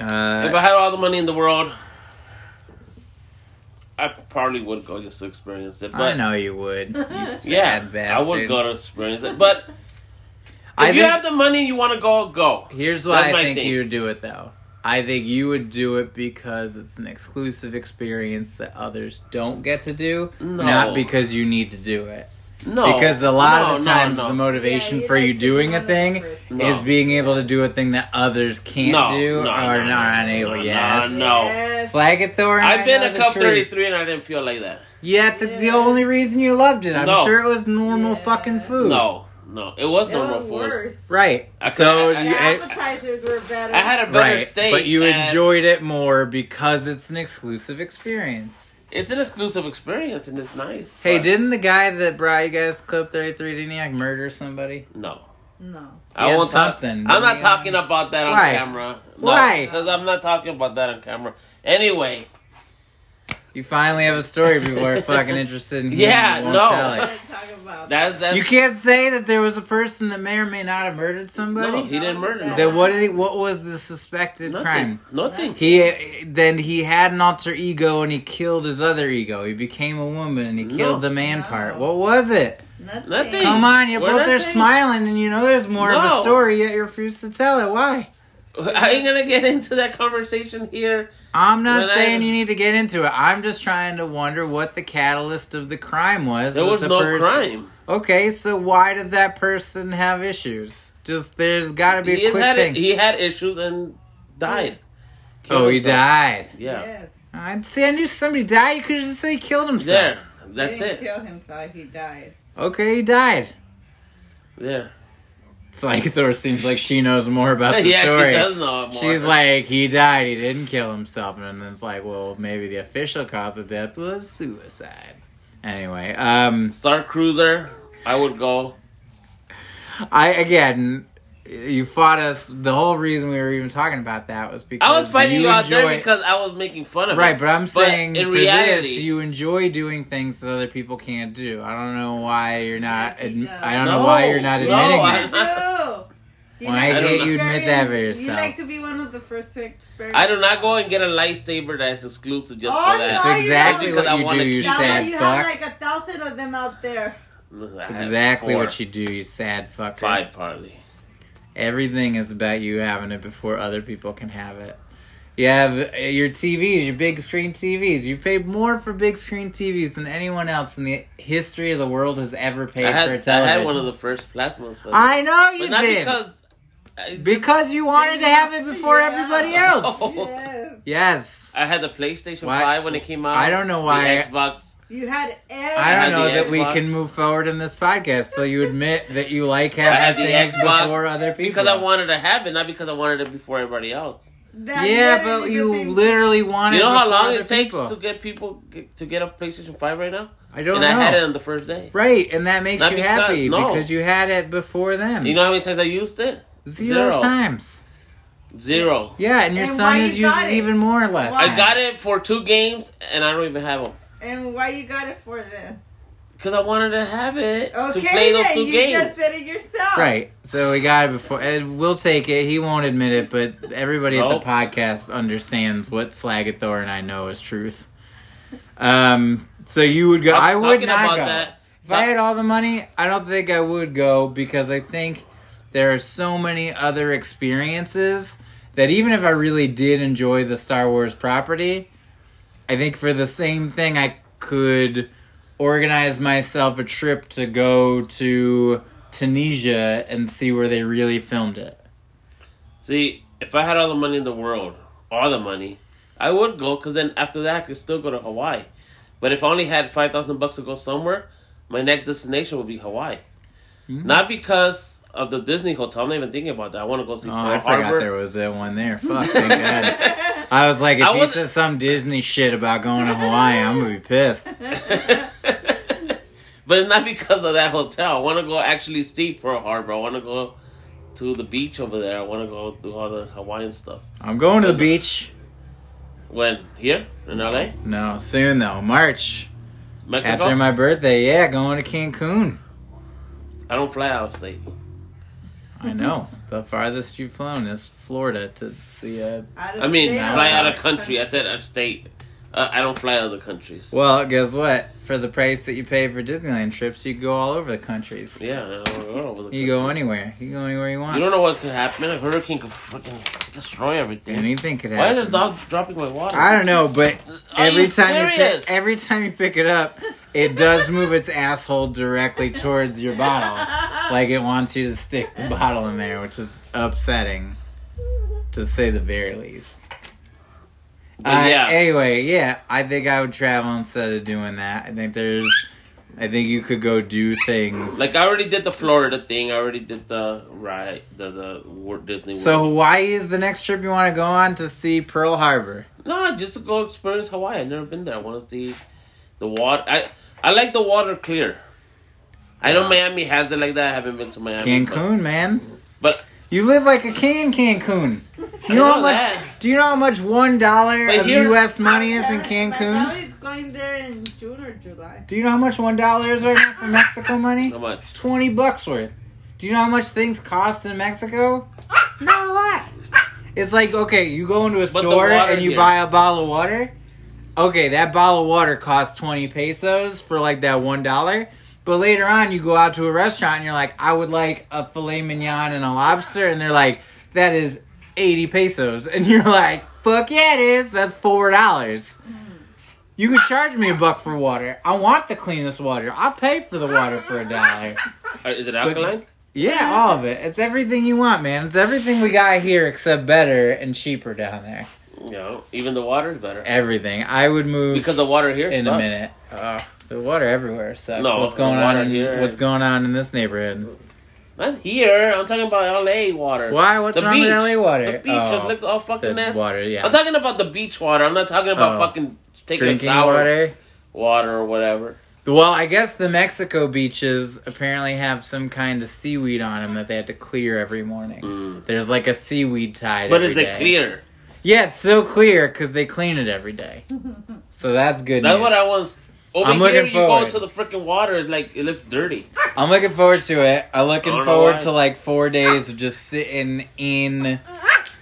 Speaker 2: if I
Speaker 1: Uh,
Speaker 2: had all the money in the world, I probably would go just to experience it. But
Speaker 1: I know you would. You sad
Speaker 2: yeah,
Speaker 1: bastard.
Speaker 2: I would go to experience it. But if
Speaker 1: I
Speaker 2: you
Speaker 1: think-
Speaker 2: have the money, and you want to go, go.
Speaker 1: Here's
Speaker 2: That's
Speaker 1: why I
Speaker 2: my
Speaker 1: think
Speaker 2: thing.
Speaker 1: you would do it though. I think you would do it because it's an exclusive experience that others don't get to do,
Speaker 2: No.
Speaker 1: not because you need to do it.
Speaker 2: No,
Speaker 1: because a lot
Speaker 2: no,
Speaker 1: of the
Speaker 2: no,
Speaker 1: times
Speaker 2: no.
Speaker 1: the motivation
Speaker 3: Yeah, you
Speaker 1: for
Speaker 3: like
Speaker 1: you
Speaker 3: to
Speaker 1: doing a
Speaker 3: do
Speaker 1: thing
Speaker 3: it.
Speaker 2: No.
Speaker 1: is being able to do a thing that others can't
Speaker 2: No,
Speaker 1: do
Speaker 2: no,
Speaker 1: or
Speaker 2: no,
Speaker 1: are
Speaker 2: no,
Speaker 1: not
Speaker 2: no,
Speaker 1: able.
Speaker 2: no,
Speaker 1: yes.
Speaker 2: no, No.
Speaker 3: Yes.
Speaker 1: Slagathor. and I
Speaker 2: I've been
Speaker 1: know
Speaker 2: a
Speaker 1: the
Speaker 2: cup
Speaker 1: truth.
Speaker 2: thirty three and I didn't feel like that.
Speaker 1: Yeah, it's the
Speaker 3: Yeah.
Speaker 1: only reason you loved it. I'm
Speaker 2: No.
Speaker 1: sure it was normal
Speaker 3: Yeah.
Speaker 1: fucking food.
Speaker 2: No, no, it was
Speaker 3: It
Speaker 2: normal
Speaker 3: was
Speaker 2: food.
Speaker 3: worse.
Speaker 1: Right.
Speaker 2: I could-
Speaker 1: so
Speaker 2: I-
Speaker 3: The
Speaker 2: I-
Speaker 1: you,
Speaker 3: appetizers were better.
Speaker 2: I had a better
Speaker 1: right,
Speaker 2: steak,
Speaker 1: but you
Speaker 2: and
Speaker 1: enjoyed it more because it's an exclusive experience.
Speaker 2: It's an exclusive experience, and it's nice.
Speaker 1: Hey,
Speaker 2: but
Speaker 1: didn't the guy that brought you guys Clip 33 didn't he like murder somebody?
Speaker 2: no.
Speaker 3: No.
Speaker 1: He
Speaker 2: I
Speaker 1: had
Speaker 2: won't talk-
Speaker 1: something,
Speaker 2: I'm not
Speaker 1: didn't he?
Speaker 2: talking about that on
Speaker 1: Why?
Speaker 2: camera.
Speaker 1: Why?
Speaker 2: Because I'm not talking about that on camera. Anyway,
Speaker 1: You finally have a story people are fucking interested in hearing.
Speaker 2: Yeah,
Speaker 1: you won't
Speaker 2: no.
Speaker 1: tell it.
Speaker 3: Let's talk about
Speaker 2: that that's
Speaker 1: You can't say that there was a person that may or may not have murdered
Speaker 2: No,
Speaker 1: somebody.
Speaker 2: he didn't murder.
Speaker 3: That-
Speaker 2: no-
Speaker 1: then what did he? What was the suspected
Speaker 2: nothing.
Speaker 1: crime?
Speaker 2: Nothing. [laughs]
Speaker 1: He then he had an alter ego and he killed his other ego. He became a woman and he
Speaker 2: No.
Speaker 1: killed the man
Speaker 3: No.
Speaker 1: part. What was it?
Speaker 3: Nothing.
Speaker 2: Nothing.
Speaker 1: Come on, you're
Speaker 2: We're
Speaker 1: both
Speaker 2: not
Speaker 1: there
Speaker 2: saying-
Speaker 1: smiling and you know there's more of a
Speaker 2: No.
Speaker 1: story yet you refuse to tell it. Why?
Speaker 2: I ain't gonna get into that conversation here.
Speaker 1: I'm not
Speaker 2: When I-
Speaker 1: saying you need to get into it. I'm just trying to wonder what the catalyst of the crime was.
Speaker 2: There
Speaker 1: that
Speaker 2: was
Speaker 1: the
Speaker 2: no
Speaker 1: person-
Speaker 2: crime.
Speaker 1: Okay, so why did that person have issues? Just there's got to be
Speaker 2: He
Speaker 1: a quick
Speaker 2: had
Speaker 1: thing.
Speaker 2: he had issues and died.
Speaker 1: oh, he
Speaker 2: Killed himself.
Speaker 1: died.
Speaker 2: Yeah.
Speaker 3: Yes.
Speaker 1: I'd say I knew somebody died. You could just say he killed himself.
Speaker 2: There. That's
Speaker 3: he didn't
Speaker 2: it.
Speaker 3: kill himself. He died.
Speaker 1: Okay, he died.
Speaker 2: Yeah.
Speaker 1: It's like Thor seems like she knows more
Speaker 2: [laughs]
Speaker 1: about the
Speaker 2: yeah,
Speaker 1: story.
Speaker 2: she does know more.
Speaker 1: She's like, he died, he didn't kill himself. And then it's like, well, maybe the official cause of death was suicide. Anyway, um,
Speaker 2: Star Cruiser. I would go.
Speaker 1: I, again, you fought us. The whole reason we were even talking about that was because
Speaker 2: I was fighting
Speaker 1: you
Speaker 2: you out there
Speaker 1: enjoy-
Speaker 2: because I was making fun of
Speaker 1: Right,
Speaker 2: it.
Speaker 1: but I'm saying
Speaker 2: in
Speaker 1: for
Speaker 2: reality-
Speaker 1: this, you enjoy doing things that other people can't do. I don't know why you're not. Admi- I don't know
Speaker 2: No,
Speaker 1: why you're not
Speaker 2: no,
Speaker 1: admitting
Speaker 2: I-
Speaker 1: it.
Speaker 3: No.
Speaker 1: [laughs]
Speaker 3: You
Speaker 1: Why
Speaker 3: like to
Speaker 2: can't
Speaker 1: you admit that for
Speaker 3: experience-
Speaker 1: yourself?
Speaker 3: You like to be one of the first to experience.
Speaker 2: I do not go and get a lightsaber that's exclusive just
Speaker 3: Oh,
Speaker 2: for
Speaker 1: That's
Speaker 3: no.
Speaker 2: that.
Speaker 3: Why you
Speaker 1: exactly
Speaker 2: don't?
Speaker 1: what
Speaker 2: Because I
Speaker 1: you do.
Speaker 2: wanna
Speaker 1: You
Speaker 2: keep-
Speaker 3: That's why
Speaker 1: sad
Speaker 3: you
Speaker 1: fuck.
Speaker 3: have like a thousand of them out there.
Speaker 1: That's
Speaker 2: I had
Speaker 1: exactly
Speaker 2: four,
Speaker 1: what you do. You sad fucker.
Speaker 2: Five probably.
Speaker 1: Everything is about you having it before other people can have it. You have uh, your TVs, your big screen TVs. You paid more for big screen TVs than anyone else in the history of the world has ever paid
Speaker 2: I
Speaker 1: for a
Speaker 2: had, I
Speaker 1: television.
Speaker 2: had one of the first plasmas, but,
Speaker 1: I know
Speaker 2: but
Speaker 1: you
Speaker 2: not
Speaker 1: did.
Speaker 2: because. I just-
Speaker 1: Because you wanted to have it before
Speaker 3: Yeah.
Speaker 2: [laughs]
Speaker 1: everybody else.
Speaker 2: Oh.
Speaker 3: Yes.
Speaker 1: Yes.
Speaker 2: I had the PlayStation
Speaker 1: Why-
Speaker 2: Five when it came out.
Speaker 1: I don't know why-
Speaker 2: the Xbox.
Speaker 3: You had everything.
Speaker 1: I
Speaker 2: had
Speaker 1: don't know
Speaker 2: the
Speaker 1: that we
Speaker 2: Xbox.
Speaker 1: can move forward in this podcast till you admit that you like
Speaker 2: I had
Speaker 1: having
Speaker 2: the
Speaker 1: things
Speaker 2: Xbox
Speaker 1: before other people.
Speaker 2: Because I wanted to have it, not because I wanted it before everybody else.
Speaker 3: That's
Speaker 1: Yeah,
Speaker 3: literally
Speaker 1: but
Speaker 3: the
Speaker 1: you
Speaker 3: same-
Speaker 1: literally wanted.
Speaker 2: You know how
Speaker 1: before
Speaker 2: long
Speaker 1: other
Speaker 2: it takes
Speaker 1: people.
Speaker 2: to get people to get a PlayStation Five right now?
Speaker 1: I don't
Speaker 2: and
Speaker 1: know.
Speaker 2: I had it on the first day.
Speaker 1: Right, and that makes
Speaker 2: Not
Speaker 1: you
Speaker 2: because-
Speaker 1: happy
Speaker 2: no.
Speaker 1: because you had it before them.
Speaker 2: You know how many times I used it?
Speaker 1: zero,
Speaker 2: zero.
Speaker 1: times.
Speaker 2: Zero.
Speaker 1: Yeah, and your
Speaker 3: And
Speaker 1: son
Speaker 3: why
Speaker 1: has
Speaker 3: you
Speaker 1: used
Speaker 3: got
Speaker 1: it
Speaker 3: it?
Speaker 1: even more or less.
Speaker 3: Why?
Speaker 2: I got it for two games, and I don't even have them
Speaker 3: And why you got it for this?
Speaker 2: because I wanted to have it
Speaker 3: Okay,
Speaker 2: to play those
Speaker 3: then,
Speaker 2: two
Speaker 3: you just
Speaker 2: games.
Speaker 3: did it yourself.
Speaker 1: Right, so we got it before. uh, We'll take it. He won't admit it, but everybody at
Speaker 2: Nope.
Speaker 1: the podcast understands what Slagathor and I know is truth. Um, so you would go.
Speaker 2: I'm
Speaker 1: I would
Speaker 2: talking
Speaker 1: not
Speaker 2: about
Speaker 1: go.
Speaker 2: that.
Speaker 1: If I had all the money, I don't think I would go because I think there are so many other experiences that even if I really did enjoy the Star Wars property, I think for the same thing I could organize myself a trip to go to Tunisia and see where they really filmed it.
Speaker 2: See, if I had all the money in the world, all the money, I would go because then after that I could still go to Hawaii. But if I only had five thousand bucks to go somewhere, my next destination would be Hawaii.
Speaker 1: Mhm.
Speaker 2: Not because of the Disney hotel. I'm not even thinking about that. I want to go see
Speaker 1: Oh,
Speaker 2: Pearl
Speaker 1: I forgot
Speaker 2: Harbor.
Speaker 1: there was that one
Speaker 2: [laughs]
Speaker 1: there. Fuck, thank God. I was like, if
Speaker 2: I
Speaker 1: he
Speaker 2: wasn't-
Speaker 1: says some Disney shit about going to Hawaii, I'm gonna be pissed.
Speaker 2: [laughs] but it's not because of that hotel. I want to go actually see Pearl Harbor. I want to go to the beach over there. I want to go do all the Hawaiian stuff.
Speaker 1: I'm going to the beach.
Speaker 2: When here in LA,
Speaker 1: No, soon though. March.
Speaker 2: Mexico,
Speaker 1: After my birthday, yeah, going to Cancun.
Speaker 2: I don't fly out of state.
Speaker 1: I know. The farthest you've flown is Florida to see
Speaker 2: [laughs]
Speaker 1: a.
Speaker 3: Out of
Speaker 2: I mean,
Speaker 3: state,
Speaker 2: fly out of country. I said out of state. Uh, I don't fly other countries.
Speaker 1: Well, guess what? For the price that you pay for Disneyland trips, you can go all over the countries.
Speaker 2: Yeah, I don't go over the
Speaker 1: You go
Speaker 2: country.
Speaker 1: anywhere. You can go anywhere you want.
Speaker 2: You don't know what could happen. A hurricane could fucking destroy everything.
Speaker 1: Anything could happen.
Speaker 2: Why is this dog dropping my water?
Speaker 1: I don't know, but
Speaker 2: Are
Speaker 1: every
Speaker 2: you
Speaker 1: time you
Speaker 2: serious?
Speaker 1: pick, every time you pick it up, it does move its asshole directly towards your
Speaker 2: [laughs]
Speaker 3: [laughs]
Speaker 1: bottle, like it wants you to stick the bottle in there, which is upsetting, to say the very least.
Speaker 2: But
Speaker 1: Uh,
Speaker 2: yeah,
Speaker 1: Anyway, yeah, I think I would travel instead of doing that. I think there's, I think you could go do things.
Speaker 2: like I already did the Florida thing. I already did the ride, the the Walt Disney. World.
Speaker 1: so Hawaii is the next trip you want to go on to see Pearl Harbor.
Speaker 2: No, just to go experience Hawaii. I've never been there. I want to see the water. I I like the water clear. I know
Speaker 1: Yeah.
Speaker 2: Miami has it like that. I haven't been to Miami. but-
Speaker 1: Cancun, man.
Speaker 2: But-
Speaker 1: you live like a king in Cancun. You know
Speaker 2: I know
Speaker 1: how much?
Speaker 2: that.
Speaker 1: Do you know how much one dollar
Speaker 2: But
Speaker 1: of
Speaker 2: here-
Speaker 1: U.S. money is in
Speaker 3: My
Speaker 1: Cancun?
Speaker 3: family's going there in June or July.
Speaker 1: Do you know how much one dollar is right now for Mexico money?
Speaker 2: How much?
Speaker 1: Twenty bucks worth. Do you know how much things cost in Mexico? Not a lot. It's like okay, you go into a
Speaker 2: But the
Speaker 1: store
Speaker 2: water
Speaker 1: and you
Speaker 2: here-
Speaker 1: buy a bottle of water. Okay, that bottle of water costs twenty pesos for like that one dollar. But later on, you go out to a restaurant and you're like, I would like a filet mignon and a lobster, and they're like, that is eighty pesos, [laughs] and you're like, fuck yeah, it is. That's four dollars. You could charge me a buck for water. I want the cleanest water. I'll pay for the water for a dollar.
Speaker 2: Uh, Is it alkaline?
Speaker 1: Yeah, all of it. It's everything you want, man. It's everything we got here except better and cheaper down there.
Speaker 2: No. Even the water is better
Speaker 1: Everything. I would move
Speaker 2: because the water here
Speaker 1: in a
Speaker 2: sucks.
Speaker 1: minute. Oh, The water everywhere sucks.
Speaker 2: No,
Speaker 1: what's
Speaker 2: the
Speaker 1: going
Speaker 2: water
Speaker 1: on?
Speaker 2: here-
Speaker 1: In, what's going on in this neighborhood?
Speaker 2: Not here. I'm talking about LA water.
Speaker 1: Why? What's
Speaker 2: The
Speaker 1: wrong
Speaker 2: beach.
Speaker 1: with LA water?
Speaker 2: The beach.
Speaker 1: Oh,
Speaker 2: It looks all fucking
Speaker 1: the
Speaker 2: nasty.
Speaker 1: water. Yeah.
Speaker 2: I'm talking about the beach water. I'm not talking about
Speaker 1: Oh.
Speaker 2: fucking taking
Speaker 1: Drinking
Speaker 2: a shower water.
Speaker 1: water.
Speaker 2: or whatever.
Speaker 1: Well, I guess the Mexico beaches apparently have some kind of seaweed on them that they have to clear every morning.
Speaker 2: Mm.
Speaker 1: There's like a seaweed tide.
Speaker 2: But
Speaker 1: every
Speaker 2: is it
Speaker 1: day.
Speaker 2: clear?
Speaker 1: Yeah, it's so clear because they clean it every day. So that's good.
Speaker 2: That's
Speaker 1: news.
Speaker 2: what I was. Over
Speaker 1: I'm
Speaker 2: here,
Speaker 1: looking
Speaker 2: you
Speaker 1: forward. Oh,
Speaker 2: go to the freaking water. It's like it looks dirty.
Speaker 1: I'm looking forward to it. I'm looking
Speaker 2: I don't know why.
Speaker 1: forward to like four days of just sitting in. a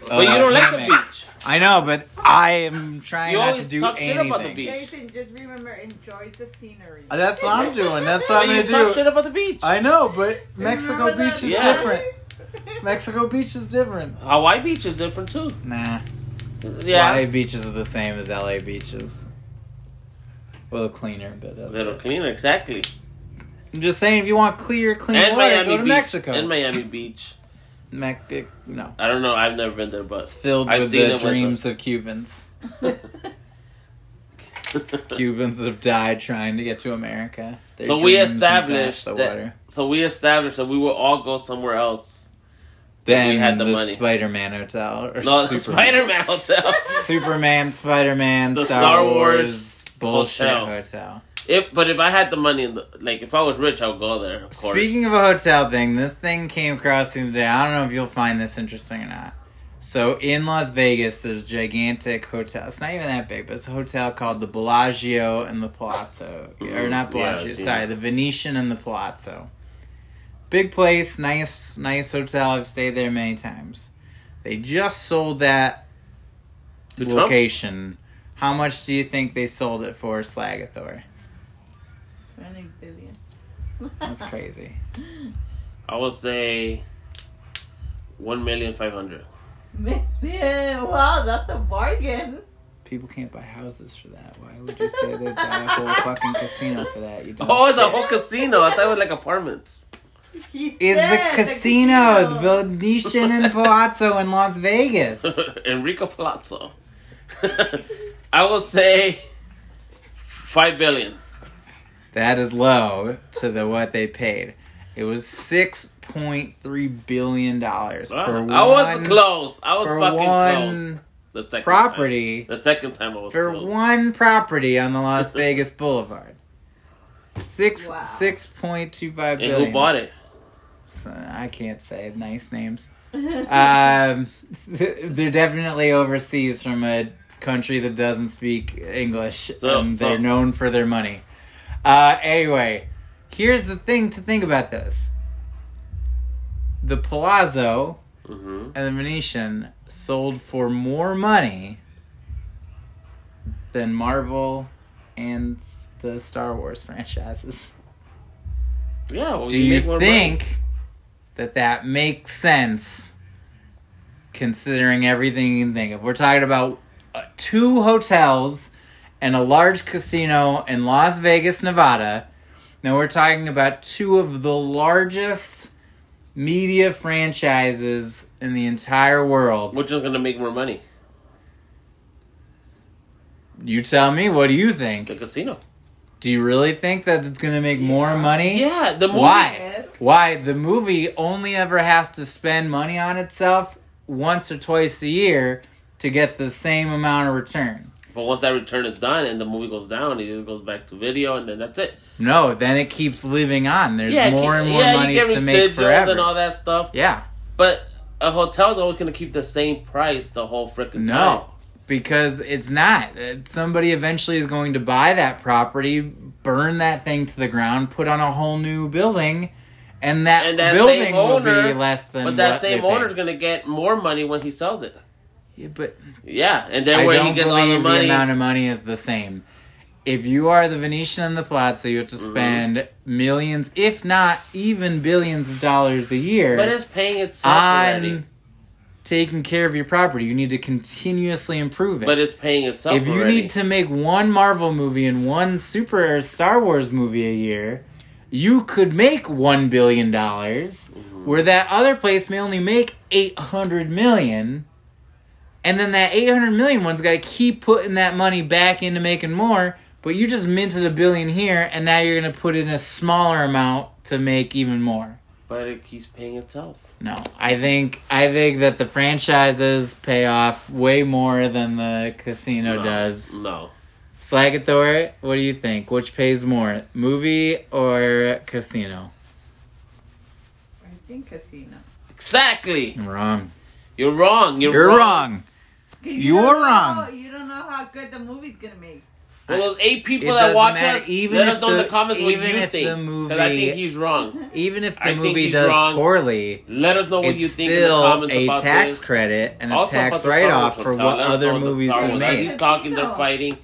Speaker 2: but you don't like the
Speaker 1: hammock.
Speaker 2: beach.
Speaker 1: I know, but I am trying
Speaker 2: You
Speaker 1: not to
Speaker 2: always
Speaker 1: do
Speaker 2: talk shit
Speaker 1: anything.
Speaker 2: about the beach.
Speaker 3: Jason, just remember, enjoy the scenery.
Speaker 1: Uh, That's what I'm doing. That's what
Speaker 2: But
Speaker 1: I'm
Speaker 2: you
Speaker 1: gonna
Speaker 2: talk
Speaker 1: do.
Speaker 2: shit about the beach.
Speaker 1: I know, but Mexico
Speaker 3: [laughs] Remember that
Speaker 1: Beach is
Speaker 2: Yeah.
Speaker 1: different. Mexico Beach is different.
Speaker 2: Hawaii beach is different too.
Speaker 1: Nah,
Speaker 2: Yeah,
Speaker 1: LA beaches are the same as LA beaches. A little cleaner, but
Speaker 2: a
Speaker 1: that's
Speaker 2: little
Speaker 1: it.
Speaker 2: clean, exactly.
Speaker 1: I'm just saying, if you want clear, clean
Speaker 2: and
Speaker 1: water,
Speaker 2: Miami
Speaker 1: go to
Speaker 2: beach.
Speaker 1: Mexico.
Speaker 2: And Miami beach.
Speaker 1: Mexico, no,
Speaker 2: I don't know. I've never been there,
Speaker 1: [laughs]
Speaker 2: but [laughs]
Speaker 1: it's filled
Speaker 2: I've
Speaker 1: with
Speaker 2: seen it
Speaker 1: the
Speaker 2: with the-
Speaker 1: dreams of
Speaker 2: [laughs]
Speaker 1: Cubans.
Speaker 3: [laughs]
Speaker 1: Cubans that have died trying to get to America. Their
Speaker 2: So we
Speaker 1: dreams and bash
Speaker 2: established
Speaker 1: the
Speaker 2: that-
Speaker 1: water.
Speaker 2: so we established that we will all go somewhere else.
Speaker 1: Then
Speaker 2: we had the
Speaker 1: the
Speaker 2: money.
Speaker 1: Spider-Man hotel or
Speaker 2: [laughs] No, the
Speaker 1: Superman.
Speaker 2: Spider-Man hotel. [laughs]
Speaker 1: Superman, Spider-Man,
Speaker 2: The
Speaker 1: Star,
Speaker 2: Star Wars
Speaker 1: Wars, bullshit
Speaker 2: hotel.
Speaker 1: hotel.
Speaker 2: If but if I had the money, in the, like if I was rich, I would go there. Of course.
Speaker 1: Speaking of a hotel thing, this thing came across the other day. I don't know if you'll find this interesting or not. So in Las Vegas, there's a gigantic hotel. It's not even that big, but it's a hotel called the Bellagio and the Palazzo, or not
Speaker 2: Mhm.
Speaker 1: Bellagio.
Speaker 2: Yeah, yeah.
Speaker 1: sorry, the Venetian and the Palazzo. Big place, nice, nice hotel. I've stayed there many times. They just sold that
Speaker 2: To Trump?
Speaker 1: location. How much do you think they sold it for, Slagathor?
Speaker 3: Twenty billion.
Speaker 2: [laughs]
Speaker 1: That's crazy.
Speaker 2: I would say one million five hundred.
Speaker 3: Man, [laughs] wow, that's a bargain.
Speaker 1: People can't buy houses for that. Why would you say they'd buy a [laughs] whole fucking casino for that? You
Speaker 2: Oh, it's a
Speaker 1: shit.
Speaker 2: whole casino. I thought it was like apartments.
Speaker 3: He
Speaker 1: It's
Speaker 3: said
Speaker 1: the casino, the Venetian
Speaker 2: [laughs]
Speaker 1: and Palazzo in Las Vegas.
Speaker 2: [laughs] Enrico Palazzo. [laughs] I would say five billion.
Speaker 1: That is low to the what they paid. It was six point three billion dollars
Speaker 2: Ah,
Speaker 1: for one
Speaker 2: I was close. I was
Speaker 1: for
Speaker 2: fucking
Speaker 1: one
Speaker 2: close. The second
Speaker 1: property
Speaker 2: Time. The second time I was
Speaker 1: for
Speaker 2: close.
Speaker 1: one property on the
Speaker 2: [laughs]
Speaker 1: Las Vegas Boulevard. Six
Speaker 3: Wow.
Speaker 1: six point two five
Speaker 2: and
Speaker 1: billion.
Speaker 2: who bought it?
Speaker 1: I can't say nice names.
Speaker 3: [laughs]
Speaker 1: um, [laughs] they're definitely overseas from a country that doesn't speak English,
Speaker 2: So-
Speaker 1: and
Speaker 2: so-
Speaker 1: they're known for their money. Uh, anyway, here's the thing to think about this: the Palazzo
Speaker 2: hmm
Speaker 1: and the Venetian sold for more money than Marvel and the Star Wars franchises. [laughs]
Speaker 2: Yeah. Well,
Speaker 1: Do
Speaker 2: you
Speaker 1: you
Speaker 2: make more money.
Speaker 1: think that that makes sense considering everything you can think of? We're talking about uh, two hotels and a large casino in Las Vegas, Nevada. Now we're talking about two of the largest media franchises in the entire world.
Speaker 2: Which is gonna make more money?
Speaker 1: You tell me, what do you think?
Speaker 2: The casino.
Speaker 1: Do you really think that it's going to make more money?
Speaker 2: Yeah. The movie.
Speaker 1: Why?
Speaker 3: Yes.
Speaker 1: Why the movie only ever has to spend money on itself once or twice a year to get the same amount of return.
Speaker 2: But once that return is done and the movie goes down, it just goes back to video and then that's it.
Speaker 1: No, then it keeps living on. There's
Speaker 2: it
Speaker 1: more
Speaker 2: keep-
Speaker 1: and more
Speaker 2: yeah,
Speaker 1: money
Speaker 2: you get
Speaker 1: to make
Speaker 2: residuals
Speaker 1: forever.
Speaker 2: and all that stuff.
Speaker 1: Yeah,
Speaker 2: But a hotel's always gonna keep the same price the whole freaking time.
Speaker 1: no, because it's not. It- Somebody eventually is going to buy that property, burn that thing to the ground, put on a whole new building, and that,
Speaker 2: And that
Speaker 1: building
Speaker 2: same
Speaker 1: will
Speaker 2: owner-
Speaker 1: be less than.
Speaker 2: But that
Speaker 1: what they
Speaker 2: same
Speaker 1: paid.
Speaker 2: owner's gonna get more money when he sells it.
Speaker 1: Yeah, but
Speaker 2: Yeah, and then
Speaker 1: I
Speaker 2: where he
Speaker 1: don't
Speaker 2: gets all the
Speaker 1: believe the,
Speaker 2: money.
Speaker 1: amount of money is the same. If you are the Venetian and the Palazzo, you have to
Speaker 2: Mm-hmm.
Speaker 1: spend millions, if not even billions of dollars a
Speaker 2: but
Speaker 1: year
Speaker 2: it's paying itself already.
Speaker 1: on taking care of your property. You need to continuously improve it.
Speaker 2: But it's paying itself
Speaker 1: if you
Speaker 2: already.
Speaker 1: need to make one Marvel movie and one Super or Star Wars movie a year, you could make one billion dollars, where that other place may only make eight hundred million, and then that eight hundred million one's got to keep putting that money back into making more But you just minted a billion here, and now you're gonna put in a smaller amount to make even more.
Speaker 2: But it keeps paying itself.
Speaker 1: No, I think I think that the franchises pay off way more than the casino
Speaker 2: no,
Speaker 1: does.
Speaker 2: No.
Speaker 1: Slagathor, what do you think? Which pays more, movie or casino?
Speaker 3: I think casino.
Speaker 2: Exactly.
Speaker 1: I'm wrong.
Speaker 2: You're wrong. You're,
Speaker 1: You're wrong. You
Speaker 3: don't
Speaker 1: were
Speaker 3: know-
Speaker 1: wrong.
Speaker 3: You don't know how good the movie's gonna make.
Speaker 2: For those eight people
Speaker 1: It
Speaker 2: that
Speaker 1: doesn't
Speaker 2: watch
Speaker 1: matter.
Speaker 2: us,
Speaker 1: Even
Speaker 2: let
Speaker 1: if
Speaker 2: us know in the
Speaker 1: the-
Speaker 2: comments what
Speaker 1: even
Speaker 2: you
Speaker 1: if
Speaker 2: think.
Speaker 1: the
Speaker 2: 'cause I think
Speaker 1: movie-
Speaker 2: he's wrong.
Speaker 1: Even if the
Speaker 2: I think
Speaker 1: movie
Speaker 2: he's
Speaker 1: does
Speaker 2: wrong.
Speaker 1: poorly,
Speaker 2: Let us know what
Speaker 1: it's
Speaker 2: you think in the
Speaker 1: still
Speaker 2: comments
Speaker 1: a
Speaker 2: about
Speaker 1: tax
Speaker 2: this.
Speaker 1: credit and a
Speaker 2: Also about
Speaker 1: tax
Speaker 2: the Star Wars
Speaker 1: write-off for
Speaker 2: hotel.
Speaker 1: what
Speaker 2: Let us know
Speaker 1: other
Speaker 2: what the
Speaker 1: movies
Speaker 2: Star
Speaker 1: he
Speaker 2: Wars-
Speaker 1: made.
Speaker 2: He's talking. They're
Speaker 3: Casino.
Speaker 2: fighting.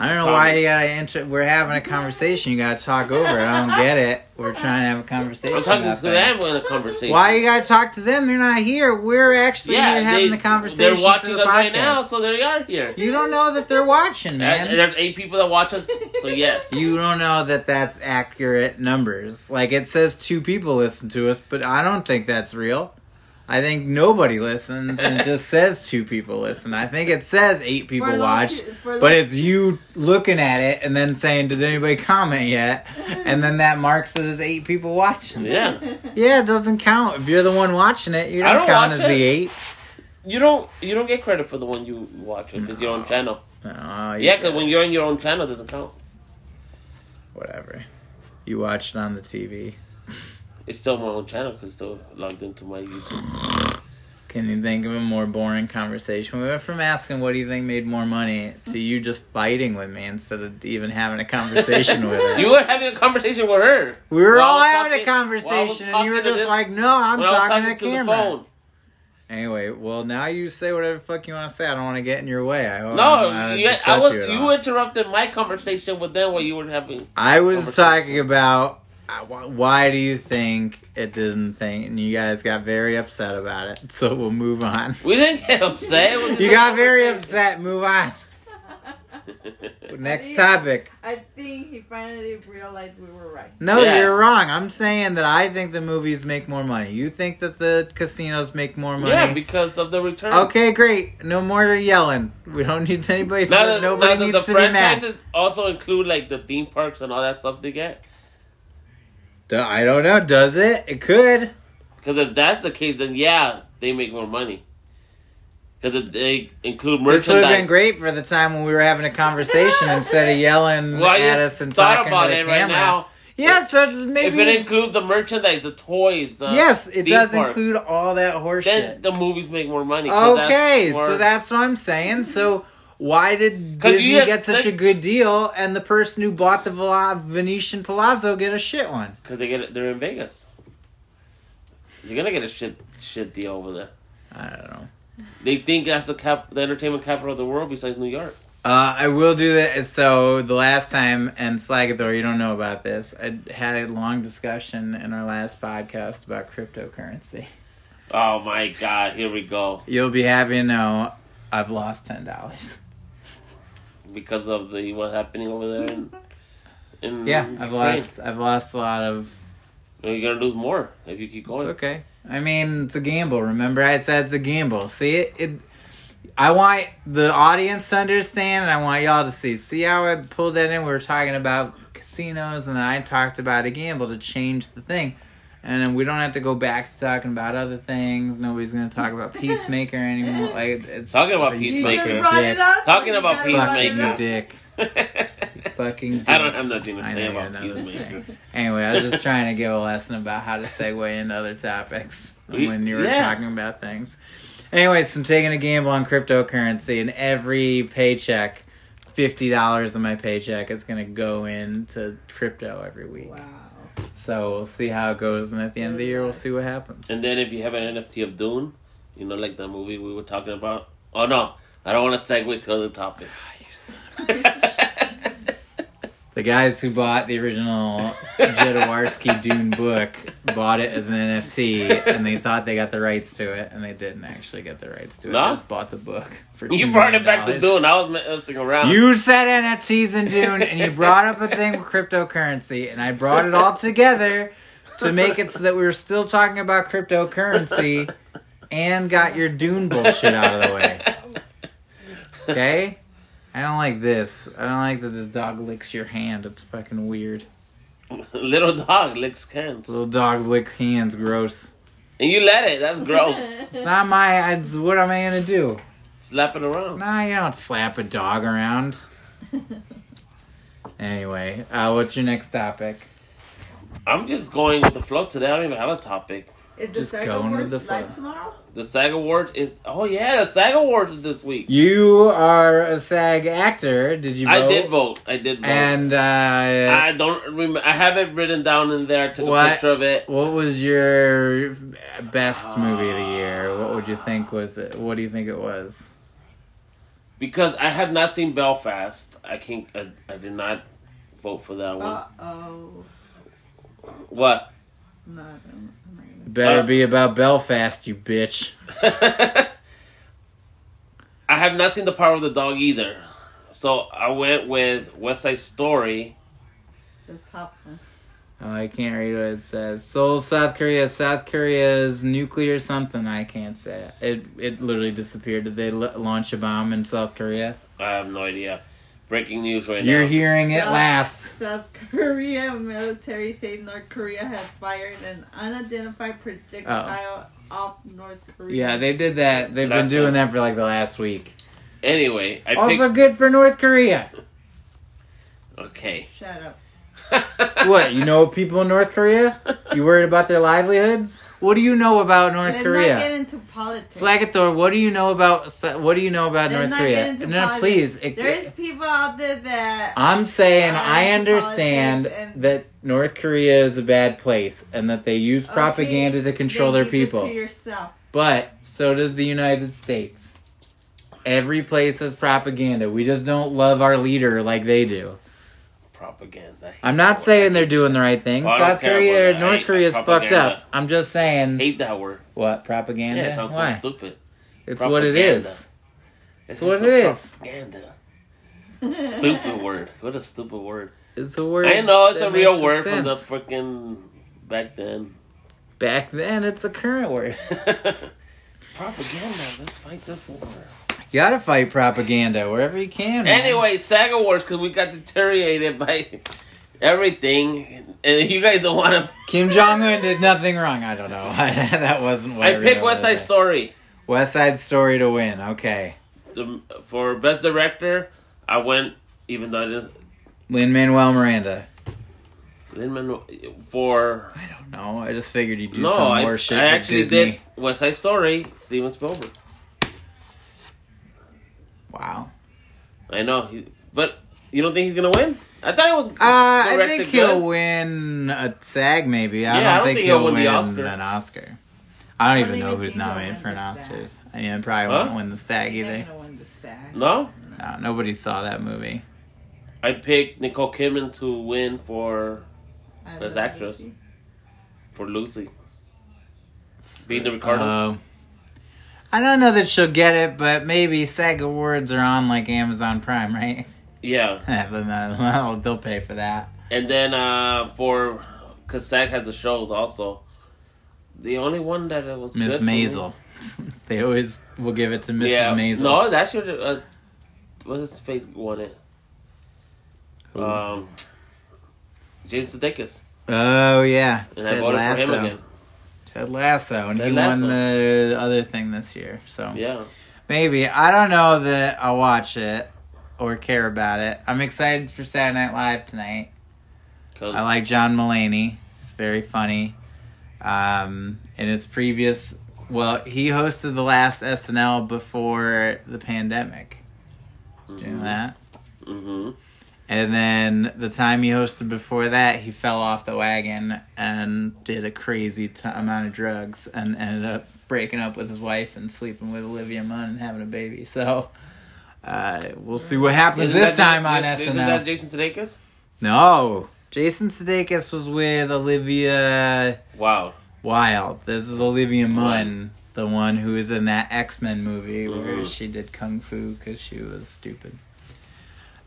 Speaker 1: I don't know why
Speaker 2: comments.
Speaker 1: you gotta enter. We're having a conversation. You gotta talk over it. I don't get it. We're trying to have a conversation.
Speaker 2: I'm talking
Speaker 1: about
Speaker 2: to
Speaker 1: things.
Speaker 2: them in a conversation.
Speaker 1: Why you gotta talk to them? They're not here. We're actually
Speaker 2: Yeah,
Speaker 1: here having
Speaker 2: they-
Speaker 1: the conversation.
Speaker 2: They're watching
Speaker 1: for the
Speaker 2: us
Speaker 1: podcast.
Speaker 2: right now, Uh, so they are here.
Speaker 1: You don't know that they're watching,
Speaker 2: And, and
Speaker 1: man.
Speaker 2: there's eight people that watch us,
Speaker 1: [laughs]
Speaker 2: so yes.
Speaker 1: You don't know that that's accurate numbers. Like it says two people listen to us, but I don't think that's real. I think nobody listens
Speaker 2: [laughs]
Speaker 1: and just says two people listen. I think it says eight people
Speaker 3: For those
Speaker 1: watch.
Speaker 3: pe- for
Speaker 1: But
Speaker 3: those-
Speaker 1: it's
Speaker 3: [laughs]
Speaker 1: you looking at it and then saying, "Did anybody comment yet?" And then that marks it as eight people watching. it.
Speaker 2: yeah,
Speaker 3: [laughs]
Speaker 1: Yeah, it doesn't count. If you're the one watching it, you
Speaker 2: I
Speaker 1: don't,
Speaker 2: don't
Speaker 1: count
Speaker 2: watch
Speaker 1: as
Speaker 2: it.
Speaker 1: the eight.
Speaker 2: you don't you don't get credit for the one you watch if it's your own channel.
Speaker 1: Oh, you
Speaker 2: Yeah, because
Speaker 1: got
Speaker 2: when
Speaker 1: it.
Speaker 2: you're on your own channel, it doesn't count.
Speaker 1: whatever, you watch it on the TV.
Speaker 2: It's still my own channel because still logged into my YouTube.
Speaker 1: Can you think of a more boring conversation? We went from asking what do you think made more money to you just fighting with me instead of even having a conversation
Speaker 2: [laughs]
Speaker 1: with her.
Speaker 2: You were having a conversation with her.
Speaker 1: we were
Speaker 2: Well, I
Speaker 1: all
Speaker 2: was
Speaker 1: having a
Speaker 2: talking- well, I was
Speaker 1: conversation and you
Speaker 2: talking
Speaker 1: were
Speaker 2: to
Speaker 1: just
Speaker 2: this-
Speaker 1: like, no, I'm
Speaker 2: when I was
Speaker 1: talking,
Speaker 2: talking
Speaker 1: to
Speaker 2: to
Speaker 1: the
Speaker 2: the
Speaker 1: camera.
Speaker 2: phone.
Speaker 1: Anyway, well now you say whatever the fuck you want to say. I don't want to get in your way. I hope
Speaker 2: No,
Speaker 1: Oh, I,
Speaker 2: you, I was. You, interrupted my conversation with them while you were having.
Speaker 1: I was
Speaker 2: conversation.
Speaker 1: talking about uh, wh- why do you think it didn't think, and you guys got very upset about it. So we'll move on.
Speaker 2: We didn't get upset. It was just
Speaker 1: You
Speaker 2: a [laughs]
Speaker 1: got very
Speaker 2: conversation.
Speaker 1: upset. Move on. Next
Speaker 3: Yeah.
Speaker 1: topic.
Speaker 3: I think he finally realized we were right.
Speaker 1: No,
Speaker 2: Yeah.
Speaker 1: you're wrong. I'm saying that I think the movies make more money. You think that the casinos make more money.
Speaker 2: yeah, because of the return.
Speaker 1: okay, great. No more yelling. We don't need anybody.
Speaker 2: Now that,
Speaker 1: nobody
Speaker 2: now that
Speaker 1: needs
Speaker 2: the
Speaker 1: to be mad.
Speaker 2: franchises also include like the theme parks and all that stuff they get.
Speaker 1: D- I don't know. Does it? It could.
Speaker 2: Because if that's the case, then yeah, they make more money. Because they include
Speaker 1: This would have been
Speaker 2: merchandise.
Speaker 1: great for the time when we were having a
Speaker 2: [laughs]
Speaker 1: conversation instead of yelling
Speaker 2: Well, I
Speaker 1: at
Speaker 2: just
Speaker 1: us and
Speaker 2: thought
Speaker 1: talking
Speaker 2: about
Speaker 1: to the
Speaker 2: it
Speaker 1: camera.
Speaker 2: right now.
Speaker 1: Yeah, so just
Speaker 2: If
Speaker 1: maybe.
Speaker 2: it includes the merchandise, the toys, the
Speaker 1: yes, it
Speaker 2: theme
Speaker 1: does
Speaker 2: park,
Speaker 1: include all that horseshit.
Speaker 2: Then the movies make more money. 'cause
Speaker 1: Okay,
Speaker 2: more-
Speaker 1: so that's what I'm saying. So why did
Speaker 2: 'Cause
Speaker 1: Disney
Speaker 2: you have
Speaker 1: get such a
Speaker 2: slick-
Speaker 1: good deal, and the person who bought the Vela- Venetian Palazzo get a shit one?
Speaker 2: Because they get it, they're in Vegas. You're gonna get a shit shit deal over there.
Speaker 1: I don't know.
Speaker 2: They think that's the cap, the entertainment capital of the world besides New York.
Speaker 1: Uh, I will do that. So the last time, and Slagathor, you don't know about this. I had a long discussion in our last podcast about cryptocurrency.
Speaker 2: Oh my God! Here we go
Speaker 1: You'll be happy to know I've lost ten dollars.
Speaker 2: because of the what's happening over there. In, in
Speaker 1: Yeah, I've
Speaker 2: Ukraine.
Speaker 1: lost. I've lost a lot of
Speaker 2: You're gonna lose more if you keep
Speaker 1: It's
Speaker 2: going.
Speaker 1: okay. I mean, it's a gamble. Remember, I said it's a gamble. See it. it I want the audience to understand, and I want y'all to see. See how I pulled that in? We were talking about casinos, and I talked about a gamble to change the thing, and then we don't have to go back to talking about other things. Nobody's gonna talk
Speaker 3: [laughs]
Speaker 1: about Peacemaker anymore. Like it's
Speaker 2: Talking about
Speaker 1: you
Speaker 3: You
Speaker 2: Peacemaker.
Speaker 3: just
Speaker 1: fucking
Speaker 3: brought it
Speaker 1: dick.
Speaker 3: up.
Speaker 2: Talking about
Speaker 3: You just brought it
Speaker 1: Fucking
Speaker 2: Peacemaker.
Speaker 3: up.
Speaker 1: dick.
Speaker 2: [laughs]
Speaker 1: Fucking.
Speaker 2: I don't
Speaker 1: dick.
Speaker 2: have nothing to
Speaker 1: I
Speaker 2: say
Speaker 1: know
Speaker 2: about
Speaker 1: you're not
Speaker 2: Peacemaker.
Speaker 1: Anyway, I was just trying to give a lesson about how to segue into other topics
Speaker 2: We-
Speaker 1: when you were
Speaker 2: yeah.
Speaker 1: talking about things. Anyways, I'm taking a gamble on cryptocurrency, and every paycheck, fifty dollars of my paycheck is gonna go into crypto every week.
Speaker 3: Wow.
Speaker 1: So we'll see how it goes, and at the end of the year, we'll see what happens.
Speaker 2: And then if you have an NFT of Dune, you know, like the movie we were talking about. Oh no, I don't want to segue to other topics.
Speaker 1: Ah,
Speaker 2: [laughs]
Speaker 1: The guys who bought the original
Speaker 2: [laughs]
Speaker 1: Jedowarski Dune book bought it as an NFT, and they thought they got the rights to it, and they didn't actually get the rights to it.
Speaker 2: No?
Speaker 1: They just bought the book. For
Speaker 2: you
Speaker 1: $2
Speaker 2: brought it back to
Speaker 1: million.
Speaker 2: Dune. I was messing around.
Speaker 1: You said NFTs and Dune, and you brought up a thing with cryptocurrency, and I brought it all together to make it [laughs] so that we were still talking about cryptocurrency and got your Dune bullshit out of the way. Okay? I don't like this. I don't like that this dog licks your hand. It's fucking weird.
Speaker 2: [laughs] Little dog licks cans.
Speaker 1: Little dogs lick hands. Gross.
Speaker 2: And you let it. That's
Speaker 3: [laughs]
Speaker 2: gross.
Speaker 1: It's not my. It's, what am I gonna do?
Speaker 2: Slap it around.
Speaker 1: Nah, you don't slap a dog around. [laughs] Anyway, uh, what's your next topic?
Speaker 2: I'm just going with the flow today. I don't even have a topic.
Speaker 3: Is the
Speaker 1: Just
Speaker 3: second
Speaker 1: going with
Speaker 3: word
Speaker 1: the
Speaker 3: like
Speaker 1: flow.
Speaker 3: tomorrow?
Speaker 2: The SAG Award is. Oh, yeah, the SAG Award is this week.
Speaker 1: You are a SAG actor. Did you? Vote?
Speaker 2: I did vote. I did vote.
Speaker 1: And uh,
Speaker 2: I don't remember. I have it written down in there. I took
Speaker 1: What?
Speaker 2: a picture of it.
Speaker 1: what was your best
Speaker 2: Uh,
Speaker 1: movie of the year? What would you think was it? What do you think it was?
Speaker 2: Because I have not seen Belfast. I can I, I did not vote for that one.
Speaker 3: Uh oh.
Speaker 2: What?
Speaker 3: No, I don't- Oh I'm not gonna-
Speaker 1: Better
Speaker 2: Uh,
Speaker 1: be about Belfast, you bitch.
Speaker 2: [laughs] I have not seen The Power of the Dog either. So I went with West Side Story.
Speaker 3: The top one.
Speaker 1: Oh, I can't read what it says. Seoul, South Korea. South Korea's nuclear something. I can't say it. It, it literally disappeared. Did they l- launch a bomb in South Korea?
Speaker 2: I have no idea. Breaking news right
Speaker 1: You're
Speaker 2: now.
Speaker 1: hearing it
Speaker 3: Yeah.
Speaker 1: last.
Speaker 3: South Korea military say North Korea has fired an unidentified projectile off North Korea.
Speaker 1: Yeah, they did that. They've been
Speaker 2: Last
Speaker 1: doing
Speaker 2: time.
Speaker 1: that for like the last week.
Speaker 2: Anyway, I
Speaker 1: Also good for North Korea.
Speaker 2: picked. Okay. [laughs]
Speaker 3: Shut up.
Speaker 1: What, you know people in North Korea? You worried about their livelihoods? What do you know about North
Speaker 3: Let's not get
Speaker 1: Korea?
Speaker 3: into politics.
Speaker 1: Flagathor, what do you know about what do you know about North
Speaker 3: Let's not
Speaker 1: Korea?
Speaker 3: get into
Speaker 1: no, no,
Speaker 3: politics.
Speaker 1: please. It-
Speaker 3: There's people out there that
Speaker 1: I'm saying
Speaker 3: Not
Speaker 1: I
Speaker 3: into
Speaker 1: understand
Speaker 3: politics and-
Speaker 1: that North Korea is a bad place and that they use
Speaker 3: Okay,
Speaker 1: propaganda to control
Speaker 3: they
Speaker 1: their
Speaker 3: keep it
Speaker 1: people.
Speaker 3: To yourself.
Speaker 1: But so does the United States. Every place has propaganda. We just don't love our leader like they do.
Speaker 2: Propaganda.
Speaker 1: I'm not saying they're doing the right thing.
Speaker 2: Oh, I don't
Speaker 1: South
Speaker 2: care
Speaker 1: Korea
Speaker 2: about
Speaker 1: or
Speaker 2: that.
Speaker 1: North
Speaker 2: I-
Speaker 1: Korea is fucked
Speaker 2: propaganda.
Speaker 1: up. I'm just saying
Speaker 2: hate that word.
Speaker 1: what propaganda?
Speaker 2: yeah, it sounds
Speaker 1: Why?
Speaker 2: so stupid.
Speaker 1: it's what it is.
Speaker 2: It's
Speaker 1: what it is.
Speaker 2: Propaganda.
Speaker 1: [laughs]
Speaker 2: Stupid word. What a stupid word.
Speaker 1: It's a word.
Speaker 2: I know it's
Speaker 1: that
Speaker 2: a real
Speaker 1: makes
Speaker 2: word
Speaker 1: sense.
Speaker 2: from the freaking back then. [laughs]
Speaker 1: Back then, it's a current word. [laughs]
Speaker 2: Propaganda. Let's fight this war.
Speaker 1: You gotta fight propaganda wherever you can. man.
Speaker 2: Anyway, SAG Awards because we got deteriorated by everything, and you guys don't
Speaker 1: [laughs]
Speaker 2: want to.
Speaker 1: Kim Jong Un did nothing wrong. I don't know. [laughs] that wasn't what
Speaker 2: I
Speaker 1: read
Speaker 2: picked
Speaker 1: over
Speaker 2: West
Speaker 1: there.
Speaker 2: Side Story
Speaker 1: West Side Story to win. Okay,
Speaker 2: The- for best director. I went, even though it is
Speaker 1: Lin Manuel Miranda.
Speaker 2: Lin-Manuel for
Speaker 1: I don't know. I just figured you'd do
Speaker 2: no,
Speaker 1: some
Speaker 2: I,
Speaker 1: more shit.
Speaker 2: I
Speaker 1: with
Speaker 2: actually
Speaker 1: Disney.
Speaker 2: did West Side Story. Steven Spielberg.
Speaker 1: Wow.
Speaker 2: I know, he, but you don't think he's gonna win? I thought it was.
Speaker 1: Uh, I
Speaker 2: directed
Speaker 1: think
Speaker 2: good.
Speaker 1: he'll win a SAG, maybe. I,
Speaker 2: Yeah,
Speaker 1: don't, think, he'll, win,
Speaker 2: the Oscar.
Speaker 1: an Oscar. I don't,
Speaker 3: I don't
Speaker 1: even know
Speaker 3: even
Speaker 1: who's
Speaker 3: think he'll
Speaker 1: nominated
Speaker 3: win
Speaker 1: for an
Speaker 3: the
Speaker 1: Oscars. I mean, I probably
Speaker 2: Huh?
Speaker 1: won't win the SAG
Speaker 3: [laughs] They're
Speaker 1: either.
Speaker 3: gonna win the sack.
Speaker 2: No,
Speaker 1: No, nobody saw that movie.
Speaker 2: I picked Nicole Kidman to win for
Speaker 3: I
Speaker 2: Best
Speaker 3: love
Speaker 2: actress.
Speaker 3: Lucy.
Speaker 2: for Lucy. Being the Ricardos.
Speaker 1: Um, I don't know that she'll get it, but maybe SAG Awards are on like Amazon Prime, right? [laughs]
Speaker 2: yeah,
Speaker 1: Then they'll- they'll pay for that.
Speaker 2: and then uh for because SAG has the shows also. The only one that it was
Speaker 1: Miss
Speaker 2: good for me-
Speaker 1: Maisel. [laughs] they always will give it to Mrs.
Speaker 2: Yeah,
Speaker 1: Maisel.
Speaker 2: no, that should uh, what's his face won it.
Speaker 1: Who?
Speaker 2: Um, Jason Sudeikis,
Speaker 1: Oh yeah,
Speaker 2: and I
Speaker 1: Ted
Speaker 2: voted
Speaker 1: Lasso.
Speaker 2: for him again.
Speaker 1: Ted Lasso, and
Speaker 2: Ted
Speaker 1: he
Speaker 2: Lasso.
Speaker 1: won the other thing this year. So
Speaker 2: Yeah,
Speaker 1: maybe I don't know that I'll watch it or care about it. I'm excited for Saturday Night Live tonight.
Speaker 2: cause
Speaker 1: I like John Mulaney. He's very funny. Um, in his previous, well, he hosted the last SNL before the pandemic. Do
Speaker 2: Mm-hmm.
Speaker 1: you know that?
Speaker 2: hmm
Speaker 1: And then the time he hosted before that, he fell off the wagon and did a crazy t- amount of drugs and ended up breaking up with his wife and sleeping with Olivia Munn and having a baby. So uh, we'll see what happens
Speaker 2: Isn't
Speaker 1: this
Speaker 2: that-
Speaker 1: time on SNL.
Speaker 2: isn't that Jason Sudeikis?
Speaker 1: no, Jason Sudeikis was with Olivia
Speaker 2: Wow.
Speaker 1: Wilde. This is Olivia Munn,
Speaker 2: Munn.
Speaker 1: the one who was in that X Men movie where
Speaker 2: Mhm.
Speaker 1: she did kung fu because she was stupid.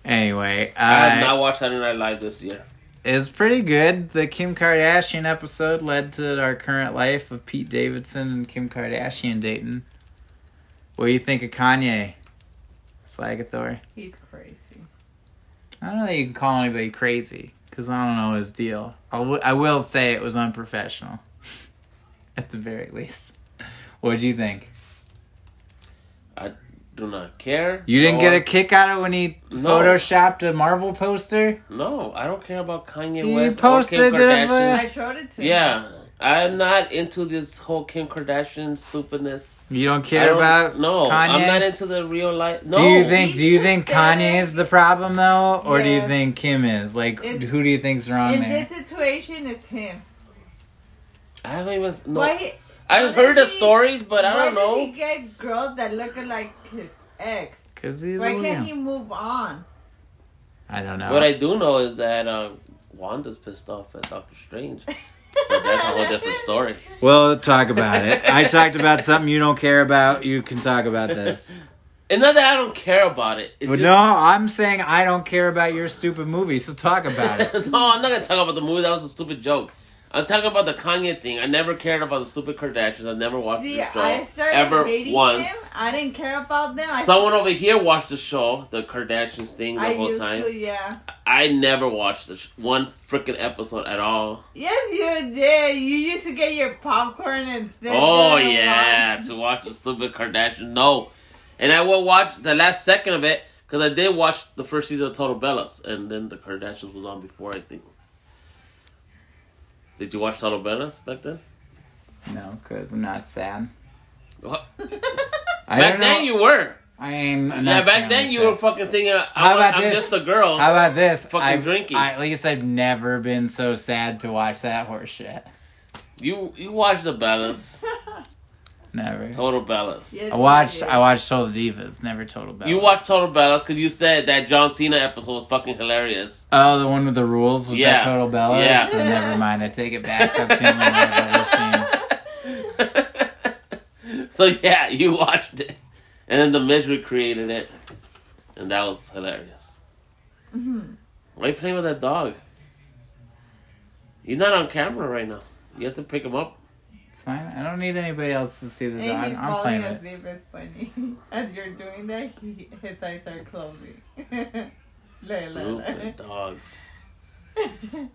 Speaker 1: Anyway,
Speaker 2: I
Speaker 1: uh,
Speaker 2: have not watched Saturday Night Live this year.
Speaker 1: is pretty good. The Kim Kardashian episode led to our current life of Pete Davidson and Kim Kardashian dating. What do you think of Kanye? Slag Thor.
Speaker 3: He's crazy.
Speaker 1: I don't know that you can call anybody crazy because I don't know his deal. I, w- I will say it was unprofessional, [laughs] at the very least. What'd you think?
Speaker 2: I do not care.
Speaker 1: You didn't
Speaker 2: or-
Speaker 1: get a kick out of when he
Speaker 2: Oh, No.
Speaker 1: photoshopped a Marvel poster?
Speaker 2: No, I don't care about Kanye
Speaker 1: You
Speaker 2: West or
Speaker 1: posted
Speaker 2: Kim
Speaker 1: it,
Speaker 2: Kardashian.
Speaker 1: but-
Speaker 3: I showed it to him.
Speaker 2: Yeah, I'm not into this whole Kim Kardashian stupidness.
Speaker 1: You don't
Speaker 2: I
Speaker 1: care
Speaker 2: don't-
Speaker 1: about
Speaker 2: no,
Speaker 1: Kanye?
Speaker 2: I'm not into the real life. No,
Speaker 1: do you think do you think
Speaker 3: He's pathetic.
Speaker 1: Kanye's the problem though, or do you
Speaker 3: Yes.
Speaker 1: think Kim is? Like,
Speaker 3: It-
Speaker 1: who do you think's wrong
Speaker 3: In
Speaker 1: there?
Speaker 3: this situation, it's him.
Speaker 2: I haven't even. No,
Speaker 3: Why?
Speaker 2: I've
Speaker 3: why
Speaker 2: heard the
Speaker 3: did he-
Speaker 2: stories, but I don't
Speaker 3: Why did he
Speaker 2: know.
Speaker 3: get girls that look like his ex?
Speaker 1: Because he's
Speaker 3: Why
Speaker 1: a weirdo.
Speaker 3: can't he move on? [laughs]
Speaker 1: I don't know.
Speaker 2: What I do know is that uh, Wanda's pissed off at Doctor Strange. But that's a whole different
Speaker 1: [laughs]
Speaker 2: story.
Speaker 1: Well, talk about it. I talked
Speaker 2: [laughs]
Speaker 1: about something you don't care about. You can talk about this.
Speaker 2: And not that I don't care about it. It's
Speaker 1: But
Speaker 2: just-
Speaker 1: no, I'm saying I don't care about your stupid movie, so talk about
Speaker 2: [laughs]
Speaker 1: it.
Speaker 2: no, I'm not gonna talk about the movie. That was a stupid joke. I'm talking about the Kanye thing. I never cared about the stupid Kardashians. I never watched
Speaker 3: The,
Speaker 2: the show
Speaker 3: I started
Speaker 2: ever
Speaker 3: hating
Speaker 2: once.
Speaker 3: him. I didn't care about them. I,
Speaker 2: Someone over here watched the show, the Kardashians thing, the
Speaker 3: I
Speaker 2: whole
Speaker 3: used
Speaker 2: time.
Speaker 3: to, yeah.
Speaker 2: I never watched the sh- one freaking episode at all.
Speaker 3: Yes, you did. You used to get your popcorn and then
Speaker 2: oh
Speaker 3: then
Speaker 2: yeah,
Speaker 3: watch.
Speaker 2: to watch the stupid Kardashian. No, and I will watch the last second of it because I did watch the first season of Total Bellas, and then the Kardashians was on before I think. Did you watch Total Bellas back then?
Speaker 1: No, because I'm not sad.
Speaker 2: What?
Speaker 3: [laughs]
Speaker 1: I
Speaker 2: Back
Speaker 1: don't know.
Speaker 2: then you were.
Speaker 1: I am. not
Speaker 2: yeah, back
Speaker 1: feeling
Speaker 2: then you
Speaker 1: sad.
Speaker 2: were fucking thinking, I'm,
Speaker 1: How about
Speaker 2: I'm
Speaker 1: this?
Speaker 2: just a girl.
Speaker 1: How about this?
Speaker 2: fucking
Speaker 1: I've-
Speaker 2: drinking.
Speaker 1: I, at least I've never been so sad to watch that horse shit.
Speaker 2: you you watched the balance,
Speaker 1: Never.
Speaker 2: Total Balance.
Speaker 3: Yeah.
Speaker 1: I watched. I watched Total Divas. Never Total Bellas.
Speaker 2: You watched Total Balance because you said that John Cena episode was fucking hilarious.
Speaker 1: Oh, the one with the rules was
Speaker 2: Yeah.
Speaker 1: that Total Bellas.
Speaker 2: Yeah.
Speaker 1: Then never mind. I take it back. That's the only one I've
Speaker 2: [laughs]
Speaker 1: ever seen.
Speaker 2: so yeah, you watched it, and then the Misery created it, and that was hilarious.
Speaker 3: Mhm.
Speaker 2: Why are you playing with that dog? He's not on camera right now. You have to pick him up.
Speaker 1: It's fine. I don't need anybody else to see the
Speaker 3: And
Speaker 1: dog.
Speaker 3: he's
Speaker 1: I'm
Speaker 3: falling
Speaker 1: playing it.
Speaker 3: asleep. It's funny. [laughs] As you're doing that, he, his eyes are closing. [laughs] La, la, la.
Speaker 2: Stupid dogs.
Speaker 3: [laughs] Funny.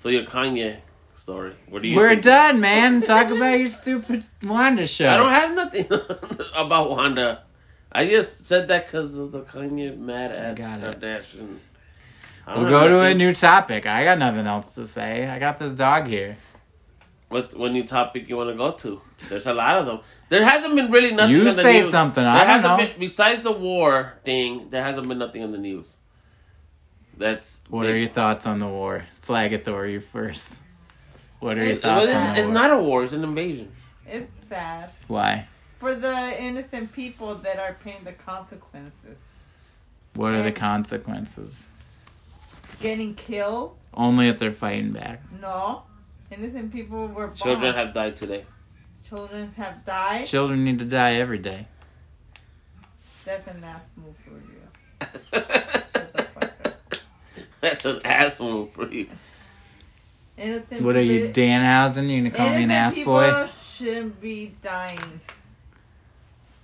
Speaker 2: So your Kanye story. What do you?
Speaker 1: We're
Speaker 2: think-
Speaker 1: done, man. Talk about your stupid Wanda show.
Speaker 2: I don't have nothing [laughs] about Wanda. I just said that because of the Kanye mad at
Speaker 1: Got it.
Speaker 2: Kardashian. I don't
Speaker 1: We'll
Speaker 2: have
Speaker 1: go to a
Speaker 2: nothing-
Speaker 1: new topic. I got nothing else to say. I got this dog here.
Speaker 2: What what new topic you want to go to? There's a lot of them. There hasn't been really nothing.
Speaker 1: you
Speaker 2: on the
Speaker 1: say
Speaker 2: news.
Speaker 1: something.
Speaker 2: There
Speaker 1: I don't
Speaker 2: hasn't
Speaker 1: know.
Speaker 2: Been, besides the war thing, there hasn't been nothing in the news. That's
Speaker 1: What are your thoughts on the war? Slagathor, you first. What are your
Speaker 2: It-
Speaker 1: thoughts
Speaker 2: it-
Speaker 1: on the
Speaker 2: it's
Speaker 1: war?
Speaker 2: not a war. It's an invasion.
Speaker 3: It's sad
Speaker 1: Why?
Speaker 3: for the innocent people that are paying the consequences.
Speaker 1: What are the
Speaker 3: And-
Speaker 1: consequences?
Speaker 3: Getting killed?
Speaker 1: Only if they're fighting back.
Speaker 3: No. Innocent people were bombed.
Speaker 2: Children have died today.
Speaker 3: Children have died.
Speaker 1: Children need to die every day.
Speaker 3: That's a nasty move for you.
Speaker 2: [laughs] That's an ass move for you.
Speaker 3: Innocent
Speaker 1: What are you,
Speaker 3: people-
Speaker 1: Danhausen? You gonna call me an
Speaker 3: innocent
Speaker 1: ass
Speaker 3: people
Speaker 1: boy?
Speaker 3: shouldn't be dying.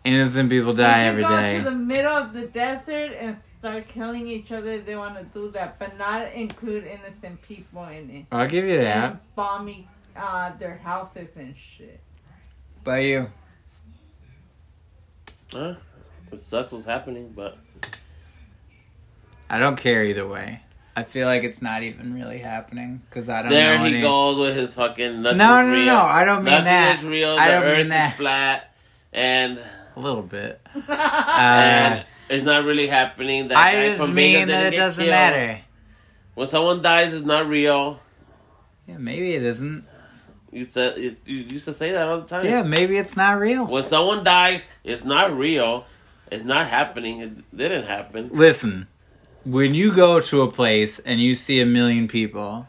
Speaker 1: Innocent people
Speaker 3: they
Speaker 1: die
Speaker 3: should
Speaker 1: every
Speaker 3: go
Speaker 1: day.
Speaker 3: to the middle of the desert and start killing each other if they want to do that, but not include innocent people in it.
Speaker 1: I'll give you that.
Speaker 3: And bombing uh, their houses and shit. [laughs]
Speaker 1: By you.
Speaker 2: Huh? It sucks what's happening, but
Speaker 1: I don't care either way. I feel like it's not even really happening because I don't
Speaker 2: there
Speaker 1: know.
Speaker 2: he
Speaker 1: any-
Speaker 2: goes with his fucking. Nothing
Speaker 1: No,
Speaker 2: is
Speaker 1: no,
Speaker 2: real.
Speaker 1: no, I don't mean
Speaker 2: nothing
Speaker 1: that.
Speaker 2: is real.
Speaker 1: I
Speaker 2: the
Speaker 1: don't mean
Speaker 2: earth is
Speaker 1: that.
Speaker 2: flat, and
Speaker 1: A little bit.
Speaker 2: and
Speaker 1: Uh,
Speaker 2: it's not really happening. That guy
Speaker 1: I just
Speaker 2: from Vegas
Speaker 1: mean that
Speaker 2: didn't
Speaker 1: it
Speaker 2: get
Speaker 1: doesn't
Speaker 2: killed.
Speaker 1: matter.
Speaker 2: When someone dies, it's not real.
Speaker 1: Yeah, maybe it isn't.
Speaker 2: You said you, you used to say that all the time.
Speaker 1: Yeah, maybe it's not real.
Speaker 2: When someone dies, it's not real. It's not happening. It didn't happen.
Speaker 1: Listen, when you go to a place and you see a million people,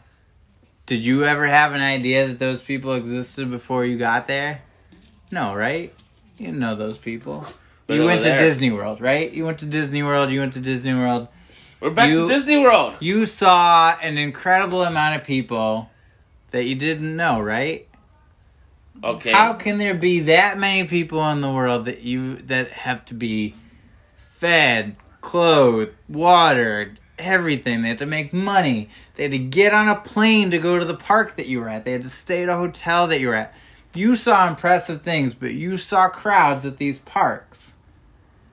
Speaker 1: did you ever have an idea that those people existed before you got there? No, right? You didn't know those people.
Speaker 2: But
Speaker 1: you
Speaker 2: over
Speaker 1: went
Speaker 2: there-
Speaker 1: to Disney World, right? You went to Disney World, you went to Disney World.
Speaker 2: We're back
Speaker 1: You-
Speaker 2: to Disney World.
Speaker 1: You saw an incredible amount of people that you didn't know, right?
Speaker 2: Okay.
Speaker 1: How can there be that many people in the world that you that have to be fed, clothed, watered, everything? They have to make money. They had to get on a plane to go to the park that you were at. They had to stay at a hotel that you were at. You saw impressive things, but you saw crowds at these parks.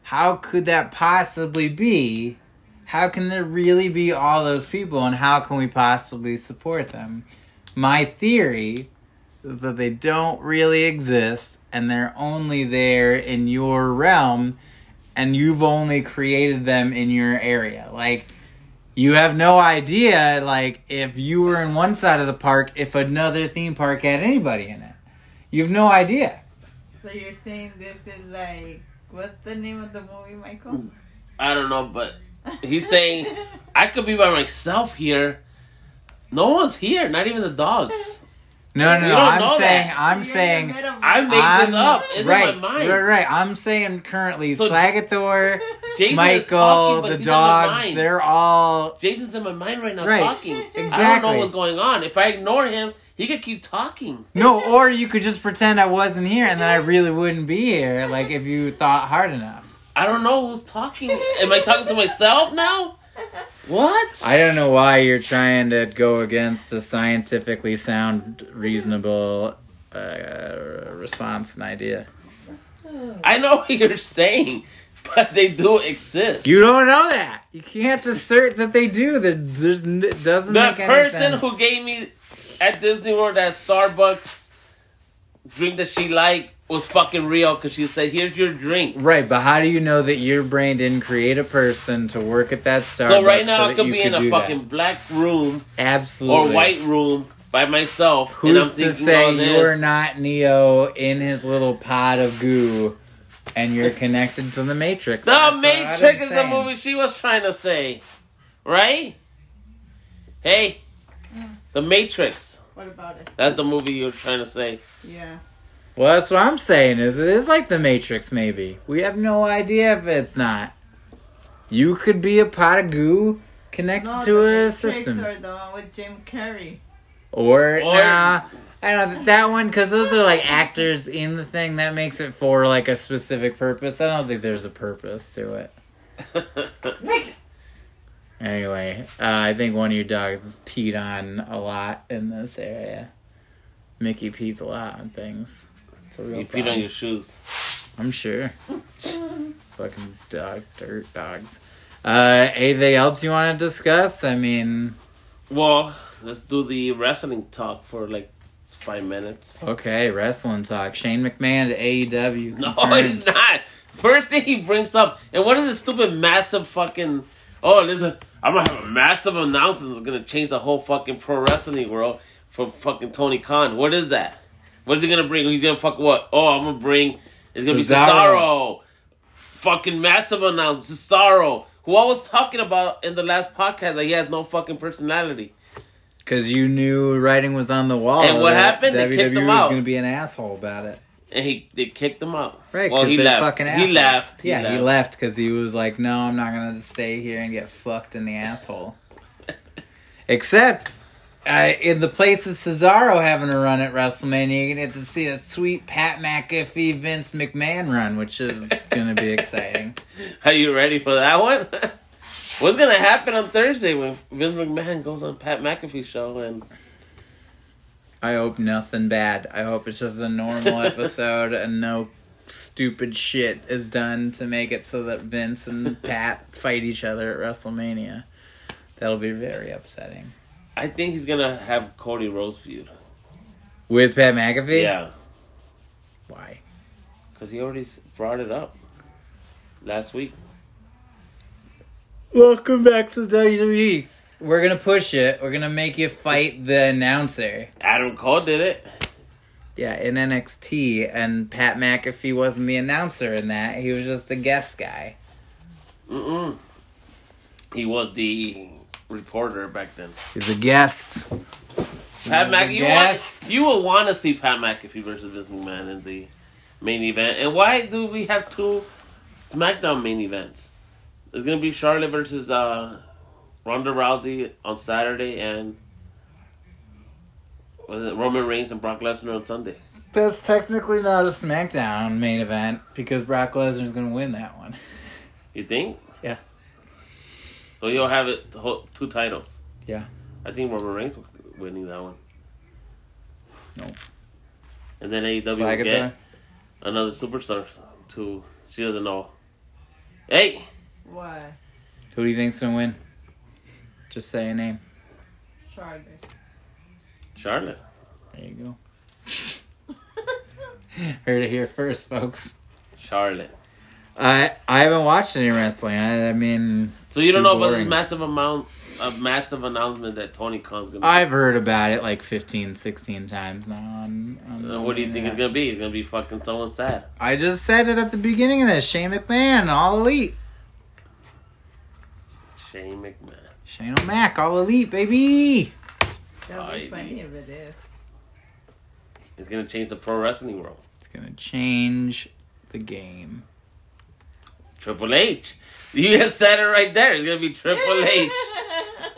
Speaker 1: How could that possibly be? How can there really be all those people and how can we possibly support them? My theory is that they don't really exist and they're only there in your realm and you've only created them in your area. Like you have no idea like if you were in one side of the park if another theme park had anybody in it. You have no idea.
Speaker 3: So you're saying this is like what's the name of the movie, Michael?
Speaker 2: I don't know, but He's
Speaker 3: [laughs]
Speaker 2: saying- I could be by myself here. No one's here, not even the dogs.
Speaker 1: No, no,
Speaker 2: You
Speaker 1: no.
Speaker 2: don't
Speaker 1: I'm
Speaker 2: know
Speaker 1: saying
Speaker 2: that.
Speaker 1: I'm
Speaker 3: You're in the
Speaker 1: saying
Speaker 3: middle of
Speaker 2: I
Speaker 3: it.
Speaker 2: made
Speaker 3: [laughs]
Speaker 1: I'm-
Speaker 2: this up. It's
Speaker 1: right,
Speaker 2: in my mind.
Speaker 1: right, right. I'm saying currently
Speaker 2: So-
Speaker 1: Slagathor,
Speaker 2: Jason is
Speaker 1: Michael,
Speaker 2: talking, but
Speaker 1: the
Speaker 2: he's in my
Speaker 1: dogs,
Speaker 2: mind.
Speaker 1: they're all
Speaker 2: Jason's in my mind right now
Speaker 1: Right,
Speaker 2: talking. I don't
Speaker 1: exactly.
Speaker 2: know what's going on. If I ignore him, he could keep talking.
Speaker 1: no. Or you could just pretend I wasn't here, and then I really wouldn't be here. Like if you thought hard enough.
Speaker 2: I don't know who's talking. Am I talking to myself now? What?
Speaker 1: I don't know why you're trying to go against a scientifically sound, reasonable uh, response and idea.
Speaker 2: I know what you're saying, but they do exist.
Speaker 1: You don't know that. You can't assert that they do. That there's n- doesn't
Speaker 2: the
Speaker 1: make any
Speaker 2: person
Speaker 1: sense.
Speaker 2: who gave me at Disney World that Starbucks drink that she liked was fucking real because she said, "Here's your drink."
Speaker 1: Right, but how do you know that your brain didn't create a person to work at that Starbucks?
Speaker 2: so right now
Speaker 1: that
Speaker 2: I could
Speaker 1: you
Speaker 2: be in a
Speaker 1: do
Speaker 2: fucking
Speaker 1: that?
Speaker 2: black room
Speaker 1: absolutely
Speaker 2: or white room by myself, and I'm
Speaker 1: Who's to
Speaker 2: thinking
Speaker 1: say
Speaker 2: all this.
Speaker 1: you're not Neo in his little pod of goo, and
Speaker 2: [laughs]
Speaker 1: you're connected to the Matrix?
Speaker 2: The
Speaker 1: That's what
Speaker 2: Matrix
Speaker 1: I'm
Speaker 2: is the
Speaker 1: saying.
Speaker 2: movie she was trying to say, right? Hey, the Matrix.
Speaker 3: What about it?
Speaker 2: That's the movie you were trying to say. [laughs]
Speaker 3: Yeah.
Speaker 1: Well, that's what I'm saying. Is it is like the Matrix? Maybe we have no idea if it's not. You could be a pot of goo connected
Speaker 3: No,
Speaker 1: to
Speaker 3: the
Speaker 1: a
Speaker 3: Matrix
Speaker 1: system.
Speaker 3: Or the one with Jim Carrey.
Speaker 1: Or,
Speaker 2: Or-
Speaker 1: nah, I don't know that one because those are like actors in the thing. That makes it for like a specific purpose. I don't think there's a purpose to it. Anyway, uh, I think one of your dogs is peed on a lot in this area. Mickey pees a lot on things. It's a real
Speaker 2: you peed on
Speaker 1: problem.
Speaker 2: your shoes.
Speaker 1: I'm sure. [laughs] Fucking dog dirt dogs. Uh, anything else you want to discuss? I mean,
Speaker 2: Well, let's do the wrestling talk for like five minutes.
Speaker 1: okay, wrestling talk. Shane McMahon to AEW.
Speaker 2: [laughs]
Speaker 1: [laughs]
Speaker 2: No,
Speaker 1: confirmed.
Speaker 2: he's not. First thing he brings up, and what is this stupid massive fucking? Oh, there's a. I'm gonna have a massive announcement that's gonna change the whole fucking pro wrestling world from fucking Tony Khan. What is that? What is he gonna bring? He's gonna fuck what? Oh, I'm gonna bring. It's gonna
Speaker 1: Cesaro.
Speaker 2: be Cesaro. Fucking massive announcement, Cesaro, who I was talking about in the last podcast that he has no fucking personality.
Speaker 1: Because you knew writing was on the wall.
Speaker 2: And what
Speaker 1: that
Speaker 2: happened? They
Speaker 1: WWE
Speaker 2: kicked him
Speaker 1: was
Speaker 2: out.
Speaker 1: going to be an asshole about it.
Speaker 2: And he they kicked him out.
Speaker 1: Right,
Speaker 2: Well,
Speaker 1: because
Speaker 2: he
Speaker 1: they're
Speaker 2: left.
Speaker 1: fucking
Speaker 2: he
Speaker 1: assholes.
Speaker 2: left.
Speaker 1: yeah, he left because he was like, no, I'm not going to stay here and get fucked in the
Speaker 2: [laughs]
Speaker 1: asshole. Except uh, in the place of Cesaro having a run at WrestleMania, you're going to get to see a sweet Pat McAfee, Vince McMahon run, which is going to be
Speaker 2: [laughs]
Speaker 1: exciting.
Speaker 2: Are you ready for that one? [laughs] What's gonna happen on Thursday when Vince McMahon goes on Pat McAfee's show and
Speaker 1: I hope nothing bad. I hope it's just a
Speaker 2: [laughs]
Speaker 1: normal episode and no stupid shit is done to make it so that Vince and Pat fight each other at WrestleMania. That'll be very upsetting.
Speaker 2: I think he's gonna have Cody Rhodes feud.
Speaker 1: With Pat McAfee?
Speaker 2: Yeah,
Speaker 1: Why?
Speaker 2: because he already s- brought it up last week.
Speaker 1: Welcome back to WWE. We're gonna push it. We're gonna make you fight the announcer.
Speaker 2: Adam Cole did it.
Speaker 1: Yeah, in NXT, and Pat McAfee wasn't the announcer in that. He was just a guest guy.
Speaker 2: Mm-mm. He was the reporter back then.
Speaker 1: He's a guest.
Speaker 2: Pat
Speaker 1: Another
Speaker 2: McAfee, you, want,
Speaker 1: guest.
Speaker 2: you will want to see Pat McAfee versus Vince McMahon in the main event. And why do we have two SmackDown main events? It's gonna be Charlotte versus uh, Ronda Rousey on Saturday, and was it Roman Reigns and Brock Lesnar on Sunday.
Speaker 1: That's technically not a SmackDown main event because Brock Lesnar's going to win that one.
Speaker 2: You think?
Speaker 1: Yeah.
Speaker 2: So you'll have it the whole, two titles.
Speaker 1: Yeah.
Speaker 2: I think Roman Reigns will winning that one.
Speaker 1: No.
Speaker 2: And then E AEW
Speaker 1: Flag
Speaker 2: will
Speaker 1: it
Speaker 2: get
Speaker 1: there.
Speaker 2: another superstar to she doesn't know. Hey,
Speaker 3: What?
Speaker 1: Who do you think's going to win? Just say a name.
Speaker 3: [laughs] Charlotte.
Speaker 2: Charlotte.
Speaker 1: There you go. [laughs] Heard it here first, folks.
Speaker 2: Charlotte.
Speaker 1: I I haven't watched any wrestling. I, I mean,
Speaker 2: So you don't
Speaker 1: Too
Speaker 2: know about this
Speaker 1: boring.
Speaker 2: massive amount of massive announcement that Tony Khan's gonna.
Speaker 1: I've heard about it like 15, 16 times now. On, on
Speaker 2: Uh, what do you think it's gonna be? It's gonna be fucking someone sad.
Speaker 1: I just said it at the beginning of this. Shane McMahon, all elite.
Speaker 2: Shane McMahon.
Speaker 1: Shane O'Mac, all elite, baby.
Speaker 3: That would be
Speaker 2: Alrighty.
Speaker 3: funny if it is.
Speaker 2: It's gonna change the pro wrestling world.
Speaker 1: It's gonna change the game.
Speaker 2: Triple H. You just said it right there. It's gonna
Speaker 1: [laughs]
Speaker 2: be Triple H.
Speaker 3: [laughs]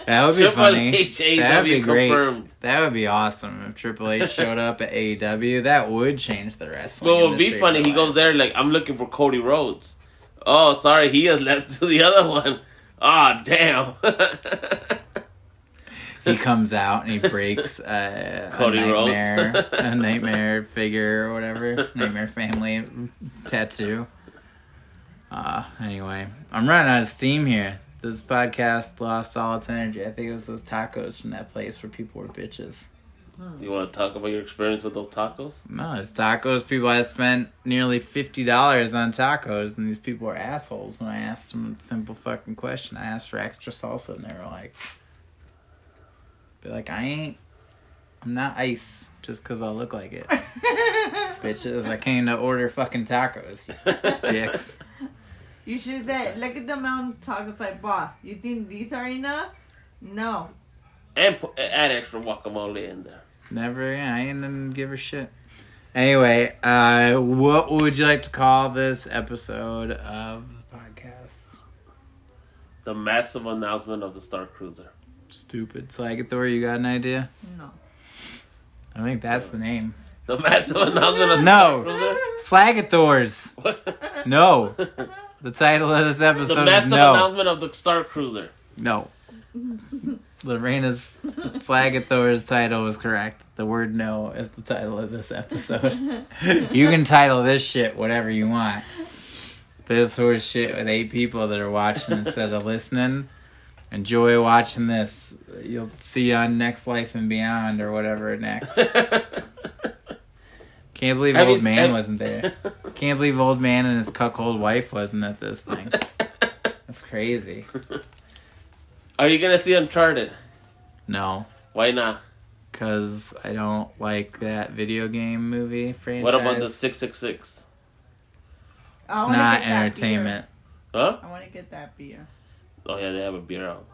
Speaker 1: That would be
Speaker 2: Triple
Speaker 1: funny.
Speaker 2: H
Speaker 1: That'd
Speaker 2: AEW
Speaker 1: be great.
Speaker 2: confirmed.
Speaker 1: That would be awesome if Triple H showed up at AEW. That would change the wrestling.
Speaker 2: Well, it would be
Speaker 1: industry
Speaker 2: funny. He
Speaker 1: for life.
Speaker 2: goes there like, I'm looking for Cody Rhodes. Oh, sorry, he has left [laughs] to the other one. Ah, damn. [laughs]
Speaker 1: he comes out and he breaks uh, a
Speaker 2: Cody Rhodes.
Speaker 1: nightmare, a nightmare figure or whatever, nightmare family tattoo. Uh, anyway, I'm running out of steam here. This podcast lost all its energy. I think it was those tacos from that place where people were bitches.
Speaker 2: you want to talk about your experience with those tacos? [laughs]
Speaker 1: No, it's tacos. People I spent nearly fifty dollars on tacos, and these people are assholes. When I asked them a simple fucking question, I asked for extra salsa, and they were like, "Be like, I ain't, I'm not ice just 'cause I look like it, bitches. I came to order fucking tacos, you dicks.
Speaker 3: [laughs] you should that look at the amount of tacos I bought. You think these are enough? No.
Speaker 2: and pu- add extra guacamole in there.
Speaker 1: Never. Yeah, I ain't gonna give a shit." Anyway, uh, what would you like to call this episode of the podcast?
Speaker 2: The massive announcement of the Star Cruiser.
Speaker 1: Stupid Slag Authority, you got an idea? [laughs]
Speaker 3: No.
Speaker 1: I think that's the name.
Speaker 2: The massive announcement of the Star
Speaker 1: No,
Speaker 2: Cruiser.
Speaker 1: Slagathors.
Speaker 2: What?
Speaker 1: [laughs] No, the title of this
Speaker 2: the
Speaker 1: episode is
Speaker 2: massive
Speaker 1: no,
Speaker 2: announcement of the Star Cruiser.
Speaker 1: no. Lorena's Slagathors title was correct. The word "no" is the title of this episode. you can title this shit whatever you want. This horse shit with eight people that are watching instead of listening. Enjoy watching this. You'll see you on Next Life and Beyond or whatever next. Can't believe
Speaker 2: Have you
Speaker 1: old
Speaker 2: s-
Speaker 1: man
Speaker 2: have-
Speaker 1: wasn't
Speaker 2: [laughs]
Speaker 1: there. Can't believe old man and his cuckold wife wasn't at this thing. That's crazy.
Speaker 2: Are you gonna see Uncharted?
Speaker 1: No,
Speaker 2: Why not?
Speaker 1: because I don't like that video game movie franchise.
Speaker 2: What about the six six six?
Speaker 3: Oh, I
Speaker 1: It's
Speaker 3: wanna
Speaker 1: not
Speaker 3: get that
Speaker 1: entertainment.
Speaker 2: Huh?
Speaker 3: beer. I want to get that beer.
Speaker 2: Oh yeah, they have a beer out.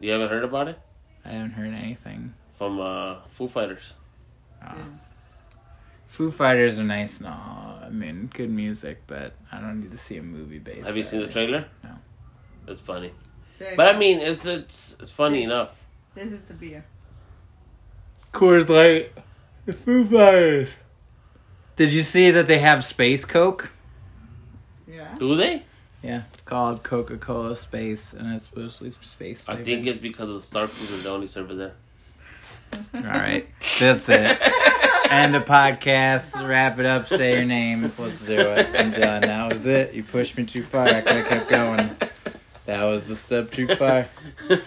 Speaker 2: You haven't heard about it
Speaker 1: I haven't heard anything.
Speaker 2: from uh, Foo Fighters?
Speaker 1: Uh,
Speaker 3: Yeah.
Speaker 1: Foo Fighters are nice and all. I mean, good music, but I don't need to see a movie based.
Speaker 2: Have you
Speaker 1: on
Speaker 2: seen the
Speaker 1: it.
Speaker 2: trailer?
Speaker 1: No.
Speaker 2: It's funny,
Speaker 3: There you
Speaker 2: but I
Speaker 3: go.
Speaker 2: mean, it's it's it's funny enough.
Speaker 3: this is the beer.
Speaker 1: Coors Light, the Foo Fighters. Did you see that they have Space Coke?
Speaker 3: Yeah.
Speaker 2: Do they?
Speaker 1: Yeah, it's called Coca Cola Space, and it's supposedly space.
Speaker 2: I think it's because of the Star Cruiser, the only server there.
Speaker 1: All right, that's it. End the podcast. Wrap it up. Say your names. Let's do it. I'm done. That was it. You pushed me too far. I could have kept going. That was the step too
Speaker 2: [laughs]
Speaker 1: far.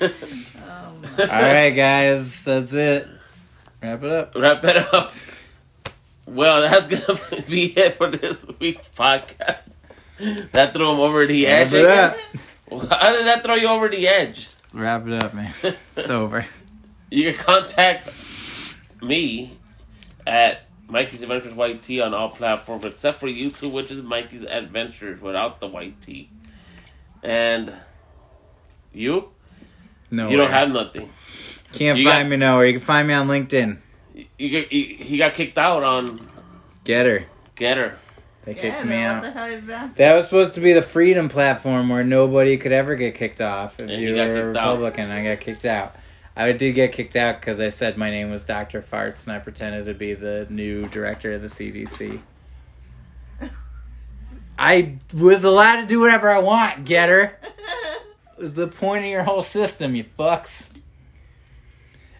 Speaker 3: Oh my.
Speaker 1: [laughs] All right, guys, that's it. Wrap it up.
Speaker 2: Wrap it up. Well, that's gonna [laughs] be it for this week's podcast. That threw him over the
Speaker 1: Wrap
Speaker 2: edge.
Speaker 1: it up.
Speaker 2: How did that throw you over the edge? [laughs]
Speaker 1: Wrap it up, man. It's over.
Speaker 2: You can contact me at Mikey's Adventures White Tea on all platforms except for YouTube, which is Mikey's Adventures without the white tea. And you?
Speaker 1: No,
Speaker 2: You don't have nothing.
Speaker 1: Can't
Speaker 2: you
Speaker 1: find
Speaker 2: got-
Speaker 1: me nowhere. You can find me on LinkedIn.
Speaker 2: You, you, you- he got kicked out on
Speaker 1: Get her.
Speaker 2: Getter.
Speaker 1: They
Speaker 3: Yeah,
Speaker 1: kicked me
Speaker 3: what
Speaker 1: out.
Speaker 3: the hell is that?
Speaker 1: That was supposed to be the freedom platform where nobody could ever get kicked off if
Speaker 2: And
Speaker 1: you
Speaker 2: you
Speaker 1: were
Speaker 2: got
Speaker 1: a
Speaker 2: kicked out.
Speaker 1: Republican. I got kicked out. I did get kicked out because I said my name was Dr. Farts and I pretended to be the new director of the CDC. I was allowed to do whatever I want, getter. It was the point of your whole system, you fucks.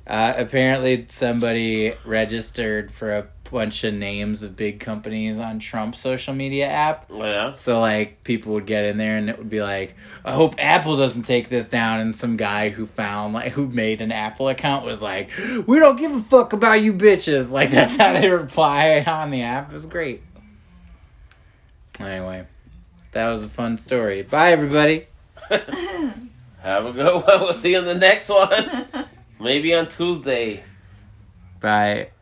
Speaker 1: Uh, apparently, somebody registered for a bunch of names of big companies on Trump's social media app.
Speaker 2: Oh, yeah.
Speaker 1: So like people would get in there and it would be like, I hope Apple doesn't take this down. And some guy who found like who made an Apple account was like, we don't give a fuck about you bitches. Like [laughs] that's how they reply on the app. It was great. Anyway, that was a fun story. Bye everybody.
Speaker 2: [laughs] Have
Speaker 3: [laughs]
Speaker 1: [laughs]
Speaker 2: a good one. We'll see you on the next one. Maybe on Tuesday.
Speaker 1: Bye.